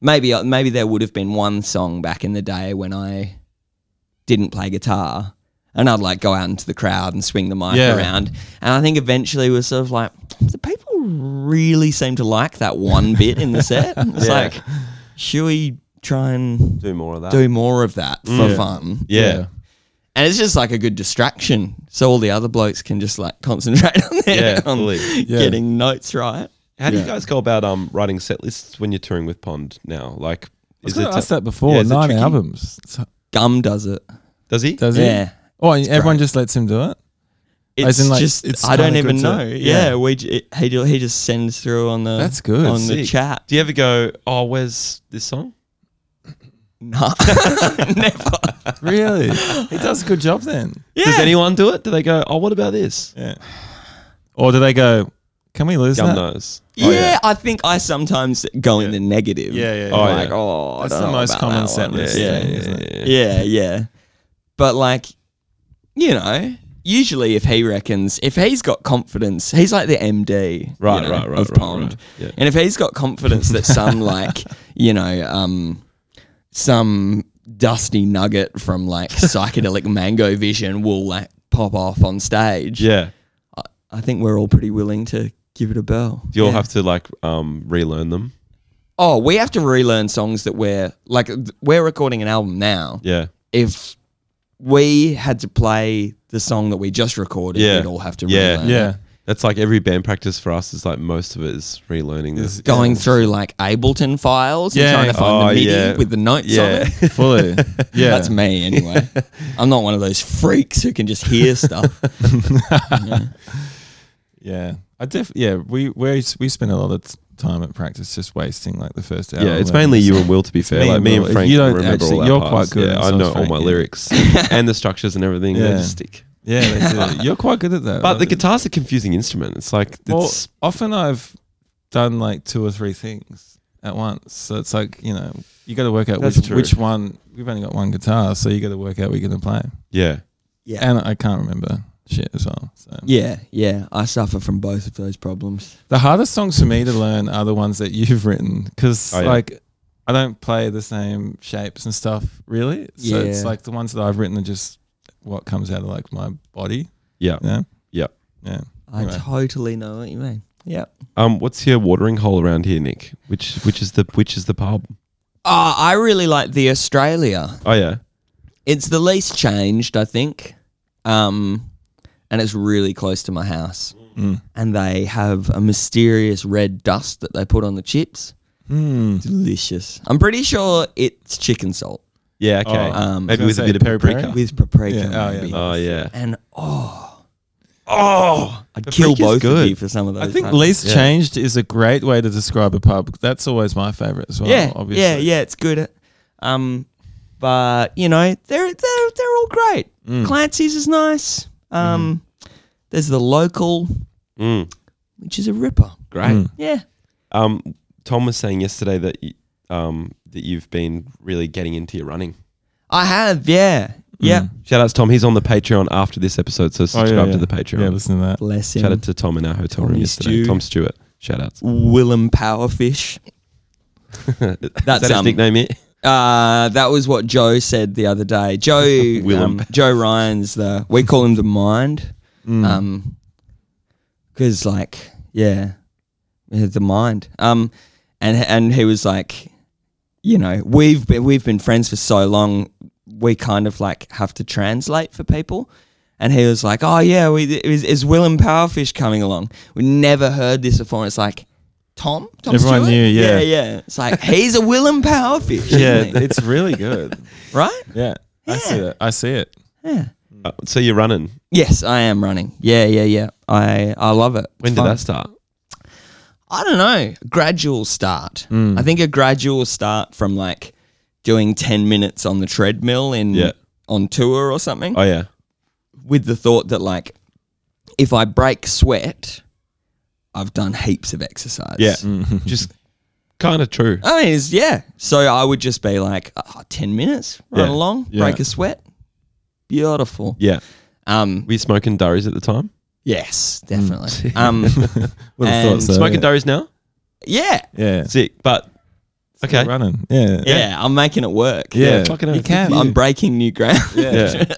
Speaker 3: maybe uh, maybe there would have been one song back in the day when I didn't play guitar and I'd like go out into the crowd and swing the mic
Speaker 4: Yeah.
Speaker 3: around and I think eventually we were sort of like the people really seem to like that one bit in the set it's
Speaker 2: Yeah.
Speaker 3: like should we try and
Speaker 2: Do more of that.
Speaker 3: do more of that for
Speaker 2: Yeah.
Speaker 3: fun
Speaker 2: yeah.
Speaker 3: and it's just like a good distraction, so all the other blokes can just like concentrate on, their,
Speaker 2: Yeah,
Speaker 3: on
Speaker 2: fully.
Speaker 4: Yeah.
Speaker 3: getting notes right.
Speaker 2: How do you
Speaker 4: Yeah.
Speaker 2: guys go about um writing set lists when you're touring with Pond now? Like,
Speaker 4: I was
Speaker 2: is
Speaker 4: going
Speaker 2: it
Speaker 4: to ask that before.
Speaker 2: yeah, is it
Speaker 4: nine
Speaker 2: tricky?
Speaker 4: albums. It's-
Speaker 3: Gum does it.
Speaker 2: does he?
Speaker 4: Does it?
Speaker 3: yeah,
Speaker 4: Oh, and everyone
Speaker 3: great.
Speaker 4: just lets him do it?
Speaker 3: it's
Speaker 4: As in, like,
Speaker 3: just
Speaker 4: it's
Speaker 3: I don't
Speaker 4: kinda good
Speaker 3: even
Speaker 4: to-
Speaker 3: know.
Speaker 4: yeah.
Speaker 3: Yeah, we j- it, he ju- he just sends through on the
Speaker 4: That's good.
Speaker 3: on the
Speaker 2: Sick.
Speaker 3: chat.
Speaker 2: Do you ever go? Oh, where's this song?
Speaker 3: Nah, never.
Speaker 4: really? He does a good job then.
Speaker 3: Yeah.
Speaker 2: Does anyone do it? Do they go? Oh, what about this?
Speaker 4: Yeah. Or do they go, can we lose
Speaker 2: Gum
Speaker 4: that?
Speaker 2: nose.
Speaker 4: Oh,
Speaker 3: yeah, I think I sometimes go in the negative.
Speaker 4: Yeah, yeah, yeah.
Speaker 2: Oh,
Speaker 3: like
Speaker 2: yeah.
Speaker 3: oh, I
Speaker 4: That's
Speaker 3: don't
Speaker 4: the
Speaker 3: know
Speaker 4: most
Speaker 3: about
Speaker 4: common
Speaker 3: that
Speaker 4: set
Speaker 3: one.
Speaker 4: list
Speaker 3: Yeah,
Speaker 4: thing,
Speaker 3: yeah,
Speaker 4: isn't it?
Speaker 3: yeah, yeah. But like, you know, usually if he reckons, if he's got confidence, he's like the MD,
Speaker 2: Right,
Speaker 3: you know,
Speaker 2: right, right,
Speaker 3: of
Speaker 2: right,
Speaker 3: Pond.
Speaker 2: right. Yeah.
Speaker 3: And if he's got confidence that some like, you know, um, some dusty nugget from like psychedelic Mango Vision will like pop off on stage,
Speaker 2: Yeah.
Speaker 3: I think we're all pretty willing to give it a bell.
Speaker 2: Do you all
Speaker 3: Yeah.
Speaker 2: have to like um relearn them?
Speaker 3: Oh, we have to relearn songs that we're like th- we're recording an album now.
Speaker 2: Yeah.
Speaker 3: If we had to play the song that we just recorded,
Speaker 2: Yeah.
Speaker 3: we'd all have to
Speaker 2: Yeah.
Speaker 3: relearn. it.
Speaker 4: Yeah.
Speaker 2: That's like every band practice for us is like most of it is relearning this.
Speaker 3: Going through like Ableton files
Speaker 4: Yeah.
Speaker 3: and trying to find
Speaker 2: Oh,
Speaker 3: the MIDI
Speaker 2: yeah.
Speaker 3: with the notes on
Speaker 2: Yeah.
Speaker 3: it.
Speaker 4: Fully. Yeah.
Speaker 3: That's me anyway. I'm not one of those freaks who can just hear stuff.
Speaker 4: Yeah, I def yeah we we we spend a lot of t- time at practice just wasting like the first hour.
Speaker 2: Yeah, it's
Speaker 4: learning
Speaker 2: mainly you
Speaker 4: stuff.
Speaker 2: and Will to be fair.
Speaker 4: Oh, me
Speaker 2: like
Speaker 4: and
Speaker 2: me
Speaker 4: Will.
Speaker 2: and Frank
Speaker 4: You don't
Speaker 2: remember
Speaker 4: actually-
Speaker 2: all our
Speaker 4: you're
Speaker 2: parts.
Speaker 4: quite good at
Speaker 2: Yeah,
Speaker 4: it,
Speaker 2: I
Speaker 4: so
Speaker 2: know
Speaker 4: it's
Speaker 2: all
Speaker 4: Frank,
Speaker 2: my
Speaker 4: yeah.
Speaker 2: lyrics and the structures and everything. They
Speaker 4: Yeah.
Speaker 2: just stick.
Speaker 4: Yeah, they do. you're quite good at that.
Speaker 2: But the
Speaker 4: guitar.
Speaker 2: guitar's a confusing instrument. It's like it's
Speaker 4: Well, often I've done like two or three things at once, so it's like you know you got to work out
Speaker 2: That's
Speaker 4: which
Speaker 2: true.
Speaker 4: which one. We've only got one guitar, so you got to work out what you're gonna play.
Speaker 2: yeah.
Speaker 3: Yeah.
Speaker 4: And I can't remember shit as well. So
Speaker 3: yeah, yeah. I suffer from both of those problems.
Speaker 4: the hardest songs for me to learn are the ones that you've written because
Speaker 2: Oh, yeah.
Speaker 4: like. I don't play the same shapes and stuff really. So it's
Speaker 3: Yeah.
Speaker 4: like the ones that I've written are just what comes out of like my body.
Speaker 2: Yeah.
Speaker 4: Yeah.
Speaker 2: Yep.
Speaker 4: Yeah.
Speaker 3: I
Speaker 4: Anyway.
Speaker 3: totally know what you mean. Yeah.
Speaker 2: Um, what's your watering hole around here, Nick? Which which is the which is the pub?
Speaker 3: Oh, I really like the Australia.
Speaker 2: Oh yeah.
Speaker 3: It's the least changed, I think. Um, and it's really close to my house.
Speaker 4: Mm.
Speaker 3: And they have a mysterious red dust that they put on the chips.
Speaker 4: Mm.
Speaker 3: Delicious. I'm pretty sure it's chicken salt
Speaker 2: Yeah, okay.
Speaker 4: Oh,
Speaker 3: um,
Speaker 2: Maybe
Speaker 4: I was
Speaker 2: with a
Speaker 4: gonna
Speaker 2: bit
Speaker 4: say
Speaker 2: of
Speaker 4: peri peri.
Speaker 2: paprika.
Speaker 3: with paprika.
Speaker 4: Yeah, oh, yeah.
Speaker 3: maybe.
Speaker 2: Oh yeah.
Speaker 3: And oh,
Speaker 2: Oh
Speaker 3: I'd kill
Speaker 2: Paprika's
Speaker 3: both
Speaker 2: good.
Speaker 3: of you for some of
Speaker 4: I
Speaker 3: those.
Speaker 4: think
Speaker 3: items.
Speaker 4: least
Speaker 2: Yeah.
Speaker 4: changed is a great way to describe a pub. That's always my favorite as
Speaker 2: Oh,
Speaker 4: well.
Speaker 3: yeah,
Speaker 4: obviously.
Speaker 3: yeah, yeah. It's good. Um, but you know, they're they're they're all great.
Speaker 4: Mm.
Speaker 3: Clancy's is nice. Um, there's the local,
Speaker 2: Mm,
Speaker 3: which is a ripper.
Speaker 2: great.
Speaker 4: Mm.
Speaker 3: Yeah.
Speaker 2: Um, Tom was saying yesterday that y- um that you've been really getting into your running.
Speaker 3: I have,
Speaker 2: Mm.
Speaker 3: yeah. Yeah.
Speaker 2: Shout out to Tom. He's on the Patreon after this episode, so
Speaker 4: Oh, yeah,
Speaker 2: subscribe to
Speaker 4: yeah.
Speaker 2: the Patreon.
Speaker 4: Yeah, listen to that.
Speaker 3: Bless
Speaker 2: Shout
Speaker 3: him.
Speaker 2: out to Tom in our hotel room
Speaker 3: Tommy
Speaker 2: yesterday.
Speaker 3: Stew.
Speaker 2: Tom Stewart. Shout outs.
Speaker 3: Willem Powerfish.
Speaker 2: Is that his
Speaker 3: um,
Speaker 2: nickname it?
Speaker 3: Uh, that was what Joe said the other day. Joe
Speaker 2: Willem.
Speaker 3: um, Joe Ryan's the we call him the mind.
Speaker 4: Mm.
Speaker 3: Um 'cause because like yeah, yeah, the mind. Um, and and he was like, you know, we've been we've been friends for so long, we kind of like have to translate for people. And he was like, oh yeah, we, is, is Willem Powerfish coming along? We never heard this before. It's like, Tom. Tom
Speaker 4: Everyone
Speaker 3: Stewart?
Speaker 4: knew, yeah.
Speaker 3: yeah, yeah. It's like he's a Willem Powerfish.
Speaker 4: Yeah,
Speaker 3: isn't he?
Speaker 4: it's really good.
Speaker 3: right.
Speaker 4: Yeah, I see
Speaker 3: Yeah.
Speaker 4: it. I see it.
Speaker 3: Yeah.
Speaker 4: mm.
Speaker 2: Uh, so you're running.
Speaker 3: Yes, I am running. Yeah, yeah, yeah. I I love it.
Speaker 2: When
Speaker 3: It's
Speaker 2: did
Speaker 3: fun.
Speaker 2: that start?
Speaker 3: I don't know. Gradual start. I think a gradual start from like doing ten minutes on the treadmill in
Speaker 2: Yeah.
Speaker 3: on tour or something.
Speaker 2: Oh yeah.
Speaker 3: with the thought that like if I break sweat, I've done heaps of exercise.
Speaker 2: Yeah.
Speaker 4: Mm.
Speaker 2: Just kind of true.
Speaker 3: I mean, it's, yeah. So I would just be like, oh, 10 minutes, run
Speaker 2: Yeah.
Speaker 3: along,
Speaker 4: Yeah.
Speaker 3: break a sweat. Beautiful.
Speaker 2: Yeah.
Speaker 3: Um,
Speaker 2: Were you smoking durries at the time?
Speaker 3: yes, definitely. um,
Speaker 4: Would have
Speaker 3: And
Speaker 4: thought so.
Speaker 2: Smoking
Speaker 4: yeah.
Speaker 2: durries now?
Speaker 3: yeah,
Speaker 4: Uh, yeah.
Speaker 2: Sick. But okay.
Speaker 4: running. Yeah,
Speaker 3: yeah, I'm making it work.
Speaker 4: Yeah.
Speaker 2: Fucking
Speaker 4: You
Speaker 2: hell.
Speaker 4: can.
Speaker 3: I'm breaking new ground.
Speaker 4: yeah.
Speaker 2: Yeah.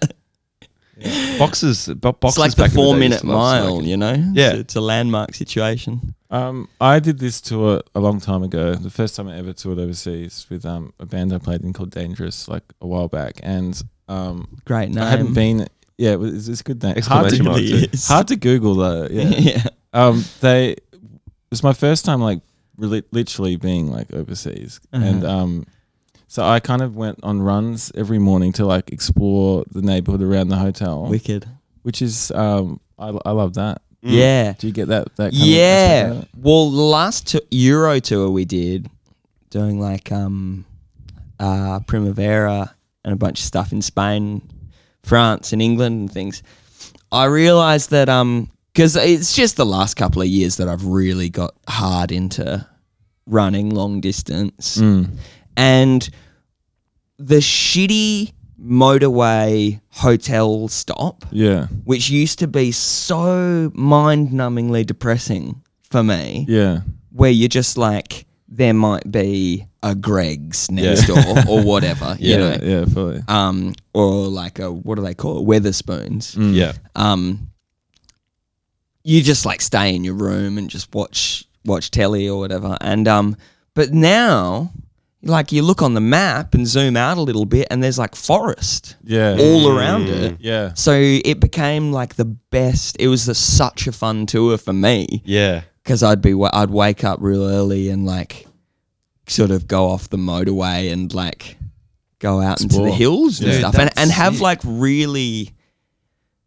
Speaker 2: Boxes, bo- boxes.
Speaker 3: it's like the
Speaker 2: back in day
Speaker 3: four minute
Speaker 2: used to love
Speaker 3: mile,
Speaker 2: smoking.
Speaker 3: you know?
Speaker 2: Yeah.
Speaker 3: It's, it's a landmark situation.
Speaker 4: Um, I did this tour a long time ago. The first time I ever toured overseas with um a band I played in called Dangerous, like a while back, and um
Speaker 3: Great name.
Speaker 4: I hadn't been. Yeah, it was, it's a good name. Hard to,
Speaker 2: Exclamation mark
Speaker 3: really
Speaker 2: too.
Speaker 3: is.
Speaker 4: hard to Google though. Yeah.
Speaker 3: yeah.
Speaker 4: um, they it was my first time like really, literally being like overseas, and um, so I kind of went on runs every morning to like explore the neighborhood around the hotel,
Speaker 3: Wicked.
Speaker 4: which is um, I, I love that.
Speaker 2: Mm.
Speaker 3: Yeah.
Speaker 4: Do you get that? That kind Of
Speaker 3: Yeah.
Speaker 4: aspect of it?
Speaker 3: Well, the last t- Euro tour we did, doing like um, uh, Primavera and a bunch of stuff in Spain, France, and England and things. I realized that um, because it's just the last couple of years that I've really got hard into running long distance, and the shitty motorway hotel stop
Speaker 4: yeah,
Speaker 3: which used to be so mind numbingly depressing for me,
Speaker 4: yeah,
Speaker 3: where you're just like, there might be a Greg's next door or whatever, you
Speaker 4: yeah,
Speaker 3: know,
Speaker 4: yeah, fully.
Speaker 3: um, or like a, what do they call it, Weatherspoons.
Speaker 2: Yeah.
Speaker 3: Um, you just like stay in your room and just watch watch telly or whatever. And um, but now, like you look on the map and zoom out a little bit, and there's like forest
Speaker 4: Yeah,
Speaker 3: all around it.
Speaker 4: yeah,
Speaker 3: So it became like the best. It was a, such a fun tour for me
Speaker 2: Yeah.
Speaker 3: because I'd be wa- I'd wake up real early and like sort of go off the motorway and like go out into
Speaker 4: Explore.
Speaker 3: the hills and
Speaker 4: Dude,
Speaker 3: stuff and
Speaker 4: that's
Speaker 3: and have
Speaker 4: sick.
Speaker 3: like really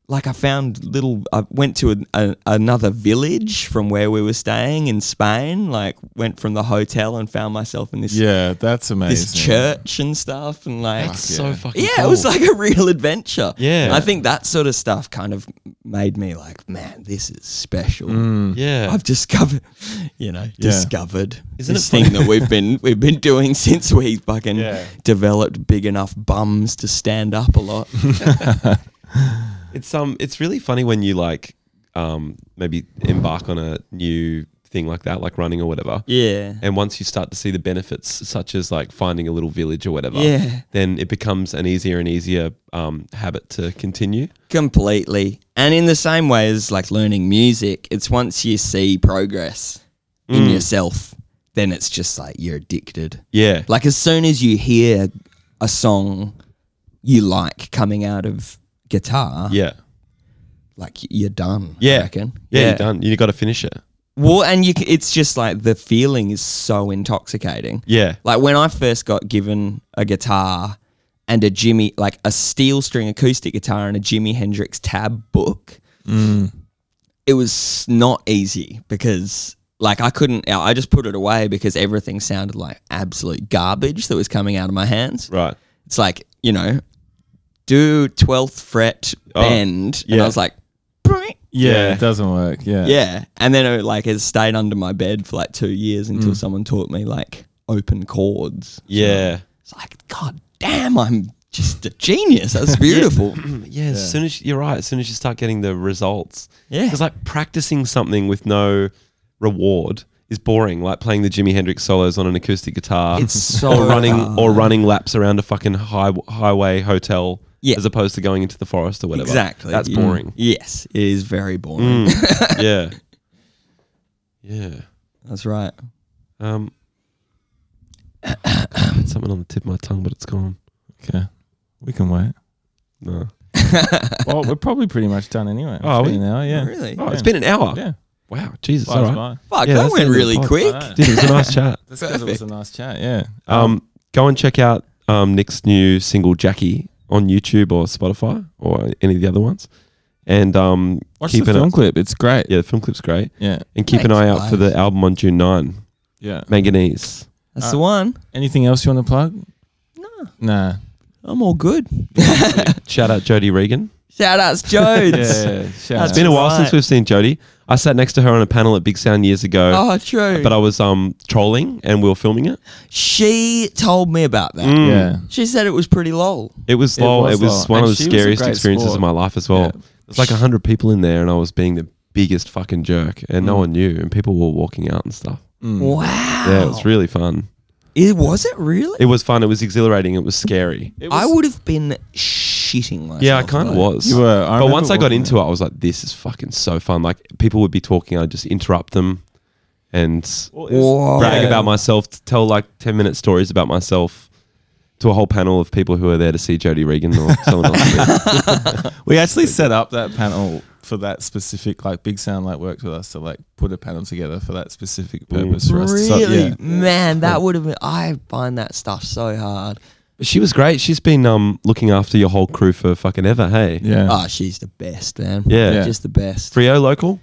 Speaker 3: like I found little. I went to an a, another village from where we were staying in Spain. Like went from the hotel and found myself in this
Speaker 4: yeah. That's amazing.
Speaker 3: this church and stuff and like
Speaker 4: so yeah.
Speaker 2: fucking.
Speaker 3: yeah, it was like a real adventure.
Speaker 2: Yeah.
Speaker 3: I think that sort of stuff kind of made me like, man, this is special.
Speaker 2: yeah.
Speaker 3: I've discovered, you know,
Speaker 4: Yeah.
Speaker 3: discovered
Speaker 2: Isn't
Speaker 3: this
Speaker 2: it
Speaker 3: thing that we've been we've been doing since we fucking
Speaker 4: Yeah.
Speaker 3: developed big enough bums to stand up a lot.
Speaker 2: It's um, it's really funny when you like, um, maybe embark on a new thing like that, like running or whatever.
Speaker 3: yeah,
Speaker 2: And once you start to see the benefits, such as like finding a little village or whatever,
Speaker 3: Yeah.
Speaker 2: then it becomes an easier and easier um, habit to continue.
Speaker 3: completely. And in the same way as like learning music, it's once you see progress
Speaker 2: Mm.
Speaker 3: in yourself, then it's just like you're addicted.
Speaker 2: Yeah,
Speaker 3: Like as soon as you hear a song you like coming out of guitar,
Speaker 2: yeah,
Speaker 3: like you're done.
Speaker 2: Yeah.
Speaker 3: I reckon.
Speaker 2: yeah. You're done. You got to finish it.
Speaker 3: Well, and you, c- it's just like the feeling is so intoxicating.
Speaker 2: Yeah,
Speaker 3: Like when I first got given a guitar and a Jimmy, like a steel string acoustic guitar and a Jimi Hendrix tab book,
Speaker 2: Mm.
Speaker 3: it was not easy because like I couldn't, I just put it away because everything sounded like absolute garbage that was coming out of my hands.
Speaker 2: right.
Speaker 3: It's like, you know, do 12th fret
Speaker 2: Oh,
Speaker 3: bend. And
Speaker 2: yeah.
Speaker 3: I was like,
Speaker 4: Yeah,
Speaker 2: Yeah.
Speaker 4: it doesn't work. Yeah,
Speaker 3: yeah. And then it like it stayed under my bed for like two years until
Speaker 2: Mm.
Speaker 3: someone taught me like open chords.
Speaker 2: Yeah.
Speaker 3: It's like, God damn, I'm just a genius. That's beautiful.
Speaker 2: Yeah, as soon as you're right, as soon as you start getting the results,
Speaker 3: Yeah.
Speaker 2: because like practicing something with no reward is boring. Like playing the Jimi Hendrix solos on an acoustic guitar,
Speaker 3: It's so
Speaker 2: or running
Speaker 3: hard.
Speaker 2: or running laps around a fucking high, highway hotel,
Speaker 3: Yeah.
Speaker 2: as opposed to going into the forest or whatever.
Speaker 3: Exactly.
Speaker 2: that's
Speaker 3: Mm.
Speaker 2: boring.
Speaker 3: Yes, it is very boring.
Speaker 2: Mm. yeah, yeah.
Speaker 3: That's right.
Speaker 2: Um, I had something on the tip of my tongue, but it's gone.
Speaker 4: Okay, we can wait.
Speaker 2: No,
Speaker 4: well, we're probably pretty much done anyway.
Speaker 2: Oh, are
Speaker 4: It's
Speaker 2: we?
Speaker 4: been an hour, yeah.
Speaker 3: Really?
Speaker 2: oh,
Speaker 4: Yeah.
Speaker 2: it's been an hour.
Speaker 4: Yeah.
Speaker 2: Wow, Jesus,
Speaker 4: That
Speaker 2: all
Speaker 4: was
Speaker 2: right.
Speaker 4: mine.
Speaker 3: Fuck,
Speaker 2: Yeah,
Speaker 3: that
Speaker 2: that's the
Speaker 3: went
Speaker 2: end of the
Speaker 3: really
Speaker 2: pod.
Speaker 3: quick.
Speaker 4: I know.
Speaker 2: Dude, it was a nice chat.
Speaker 4: That's because it was a nice chat. Yeah.
Speaker 2: Um, go and check out um, Nick's new single Jackie on YouTube or Spotify or any of the other ones, and um,
Speaker 4: Watch
Speaker 2: keep
Speaker 4: the
Speaker 2: an
Speaker 4: film clip. It's great.
Speaker 2: yeah, the film clip's great,
Speaker 4: Yeah.
Speaker 2: and keep an
Speaker 3: Thanks,
Speaker 2: eye out for
Speaker 3: guys.
Speaker 2: the album on June nine,
Speaker 4: Yeah.
Speaker 2: Manganese.
Speaker 3: That's the one.
Speaker 4: Anything else you want to plug?
Speaker 3: No,
Speaker 4: Nah.
Speaker 3: I'm all good.
Speaker 2: Shout out Jodie Regan.
Speaker 3: Shout outs, Jodes.
Speaker 4: Yeah.
Speaker 3: That's
Speaker 2: It's been a while
Speaker 3: Right.
Speaker 2: since we've seen Jodie. I sat next to her on a panel at Big Sound years ago,
Speaker 3: Oh, true.
Speaker 2: but I was um trolling and we were filming it.
Speaker 3: she told me about that.
Speaker 2: Mm.
Speaker 4: Yeah.
Speaker 3: She said it was pretty lol.
Speaker 2: It was
Speaker 4: It
Speaker 2: lol.
Speaker 4: was
Speaker 2: It was,
Speaker 4: lol.
Speaker 2: one
Speaker 4: And
Speaker 2: of the
Speaker 4: she was a
Speaker 2: scariest
Speaker 4: great
Speaker 2: experiences
Speaker 4: sport.
Speaker 2: of my life as well.
Speaker 4: Yeah.
Speaker 2: There's like hundred people in there, and I was being the biggest fucking jerk, and
Speaker 4: Mm.
Speaker 2: no one knew, and people were walking out and stuff.
Speaker 3: Wow.
Speaker 2: Yeah, it was really fun.
Speaker 3: It was it really?
Speaker 2: It was fun. It was exhilarating. It was scary.
Speaker 3: I would have been shitting myself.
Speaker 2: yeah, I kind of
Speaker 3: though.
Speaker 2: was.
Speaker 4: You were. I
Speaker 2: but once
Speaker 4: remember
Speaker 2: I got
Speaker 4: watching
Speaker 2: into it, I was like, "This is fucking so fun!" Like people would be talking, I'd just interrupt them and
Speaker 3: Whoa.
Speaker 2: brag
Speaker 4: Yeah.
Speaker 2: about myself, t- tell like ten minute stories about myself to a whole panel of people who are there to see Jodie Regan or someone else.
Speaker 4: We actually set up that panel for that specific. Like Big Sound like worked with us to like put a panel together for that specific purpose for us. to-
Speaker 3: Really?
Speaker 4: So, yeah.
Speaker 3: Man, that would have been. I find that stuff so hard.
Speaker 2: She was great. She's been um, looking after your whole crew for fucking ever. Hey,
Speaker 4: Yeah.
Speaker 3: Ah, she's the best, man.
Speaker 2: Yeah. Yeah.
Speaker 3: Just the best.
Speaker 2: Frio local.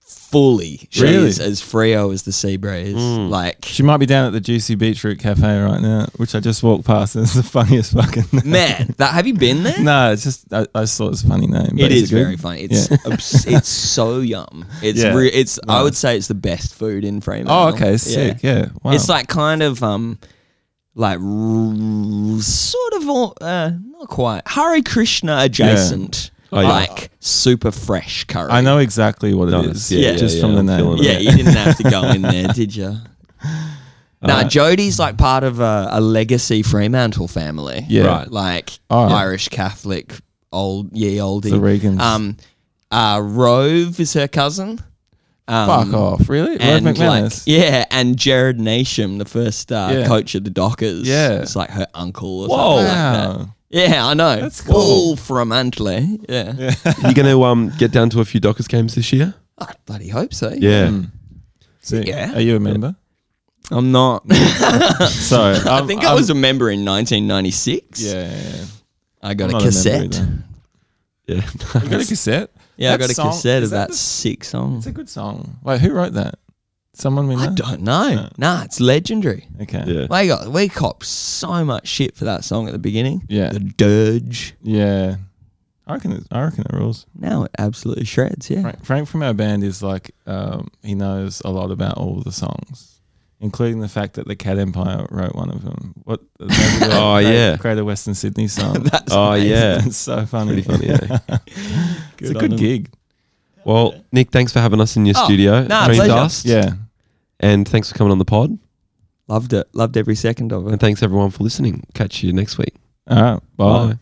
Speaker 3: Fully. She
Speaker 4: Really? Mm.
Speaker 3: is as Frio as the sea breeze. Like,
Speaker 4: She might be down at the Juicy Beetroot Cafe right now, which I just walked past. And it's the funniest fucking. name.
Speaker 3: man, that have you been there?
Speaker 4: no, it's just I, I saw it's a funny name. but
Speaker 3: It
Speaker 4: it's
Speaker 3: is
Speaker 4: good.
Speaker 3: very funny. It's
Speaker 4: Yeah.
Speaker 3: obs- it's so yum. It's
Speaker 4: Yeah.
Speaker 3: re- it's I would say it's the best food in Fremantle.
Speaker 4: Oh, okay, sick. Yeah, wow.
Speaker 3: It's like kind of um like r- sort of all, uh, not quite Hare Krishna adjacent.
Speaker 2: Oh, yeah.
Speaker 3: Like super fresh curry.
Speaker 4: I know exactly what it
Speaker 2: Nice.
Speaker 4: is.
Speaker 2: Yeah,
Speaker 4: Yeah,
Speaker 3: yeah,
Speaker 4: just
Speaker 2: yeah,
Speaker 4: from the
Speaker 2: I'm
Speaker 4: name.
Speaker 2: feeling it.
Speaker 4: Yeah.
Speaker 3: Yeah, you didn't have to go in there, did you? Now Jody's like part of a, a legacy Fremantle family.
Speaker 4: Yeah.
Speaker 2: Right.
Speaker 3: like
Speaker 4: Oh.
Speaker 3: Irish Catholic, old ye oldie.
Speaker 4: The Regans.
Speaker 3: Um, uh, Rove is her cousin. Um,
Speaker 4: Fuck off, really? Rove
Speaker 3: And like,
Speaker 4: McManus.
Speaker 3: yeah, and Jared Nation, the first uh,
Speaker 4: Yeah.
Speaker 3: coach of the Dockers.
Speaker 4: Yeah.
Speaker 3: it's like her uncle. Or
Speaker 2: Whoa.
Speaker 3: something like that.
Speaker 4: wow.
Speaker 3: Yeah, I know.
Speaker 4: That's cool.
Speaker 3: All from Antley. Yeah.
Speaker 2: you going to um, get down to a few Dockers games this year?
Speaker 3: I bloody hope so.
Speaker 2: Yeah.
Speaker 4: Sick.
Speaker 3: Hmm. Yeah.
Speaker 4: Are you a member?
Speaker 3: I'm not.
Speaker 4: Sorry,
Speaker 3: I think I was a member in 1996.
Speaker 4: Yeah, yeah, yeah.
Speaker 3: I
Speaker 4: I'm
Speaker 3: got a
Speaker 4: not a member
Speaker 3: cassette.
Speaker 4: either.
Speaker 2: Yeah.
Speaker 4: You got a cassette?
Speaker 3: yeah, I
Speaker 4: That
Speaker 3: got a
Speaker 4: song-
Speaker 3: cassette
Speaker 4: is
Speaker 3: of that
Speaker 4: the-
Speaker 3: sick
Speaker 4: It's
Speaker 3: song.
Speaker 4: a good song. Wait, who wrote that? Someone we know.
Speaker 3: I don't know. Nah, it's legendary.
Speaker 4: Okay.
Speaker 2: yeah.
Speaker 3: We got we copped so much shit for that song at the beginning.
Speaker 4: Yeah.
Speaker 3: The dirge.
Speaker 4: Yeah. I reckon. It, I reckon it rules.
Speaker 3: Now it absolutely shreds. Yeah.
Speaker 4: Frank, Frank from our band is like um, he knows a lot about all the songs, including the fact that the Cat Empire wrote one of them. What?
Speaker 2: Oh, yeah.
Speaker 4: Greater Western Sydney song.
Speaker 2: Oh, yeah.
Speaker 4: it's so funny.
Speaker 2: Pretty funny. eh? Yeah.
Speaker 4: it's a good gig.
Speaker 2: Well, Nick, thanks for having us in your
Speaker 3: Oh,
Speaker 2: studio.
Speaker 3: nah,
Speaker 2: Train
Speaker 3: pleasure.
Speaker 2: Dust.
Speaker 4: Yeah.
Speaker 2: And thanks for coming on the pod.
Speaker 3: Loved it. Loved every second of it.
Speaker 2: And thanks everyone for listening. Catch you next week.
Speaker 4: All right. Bye.
Speaker 2: Bye.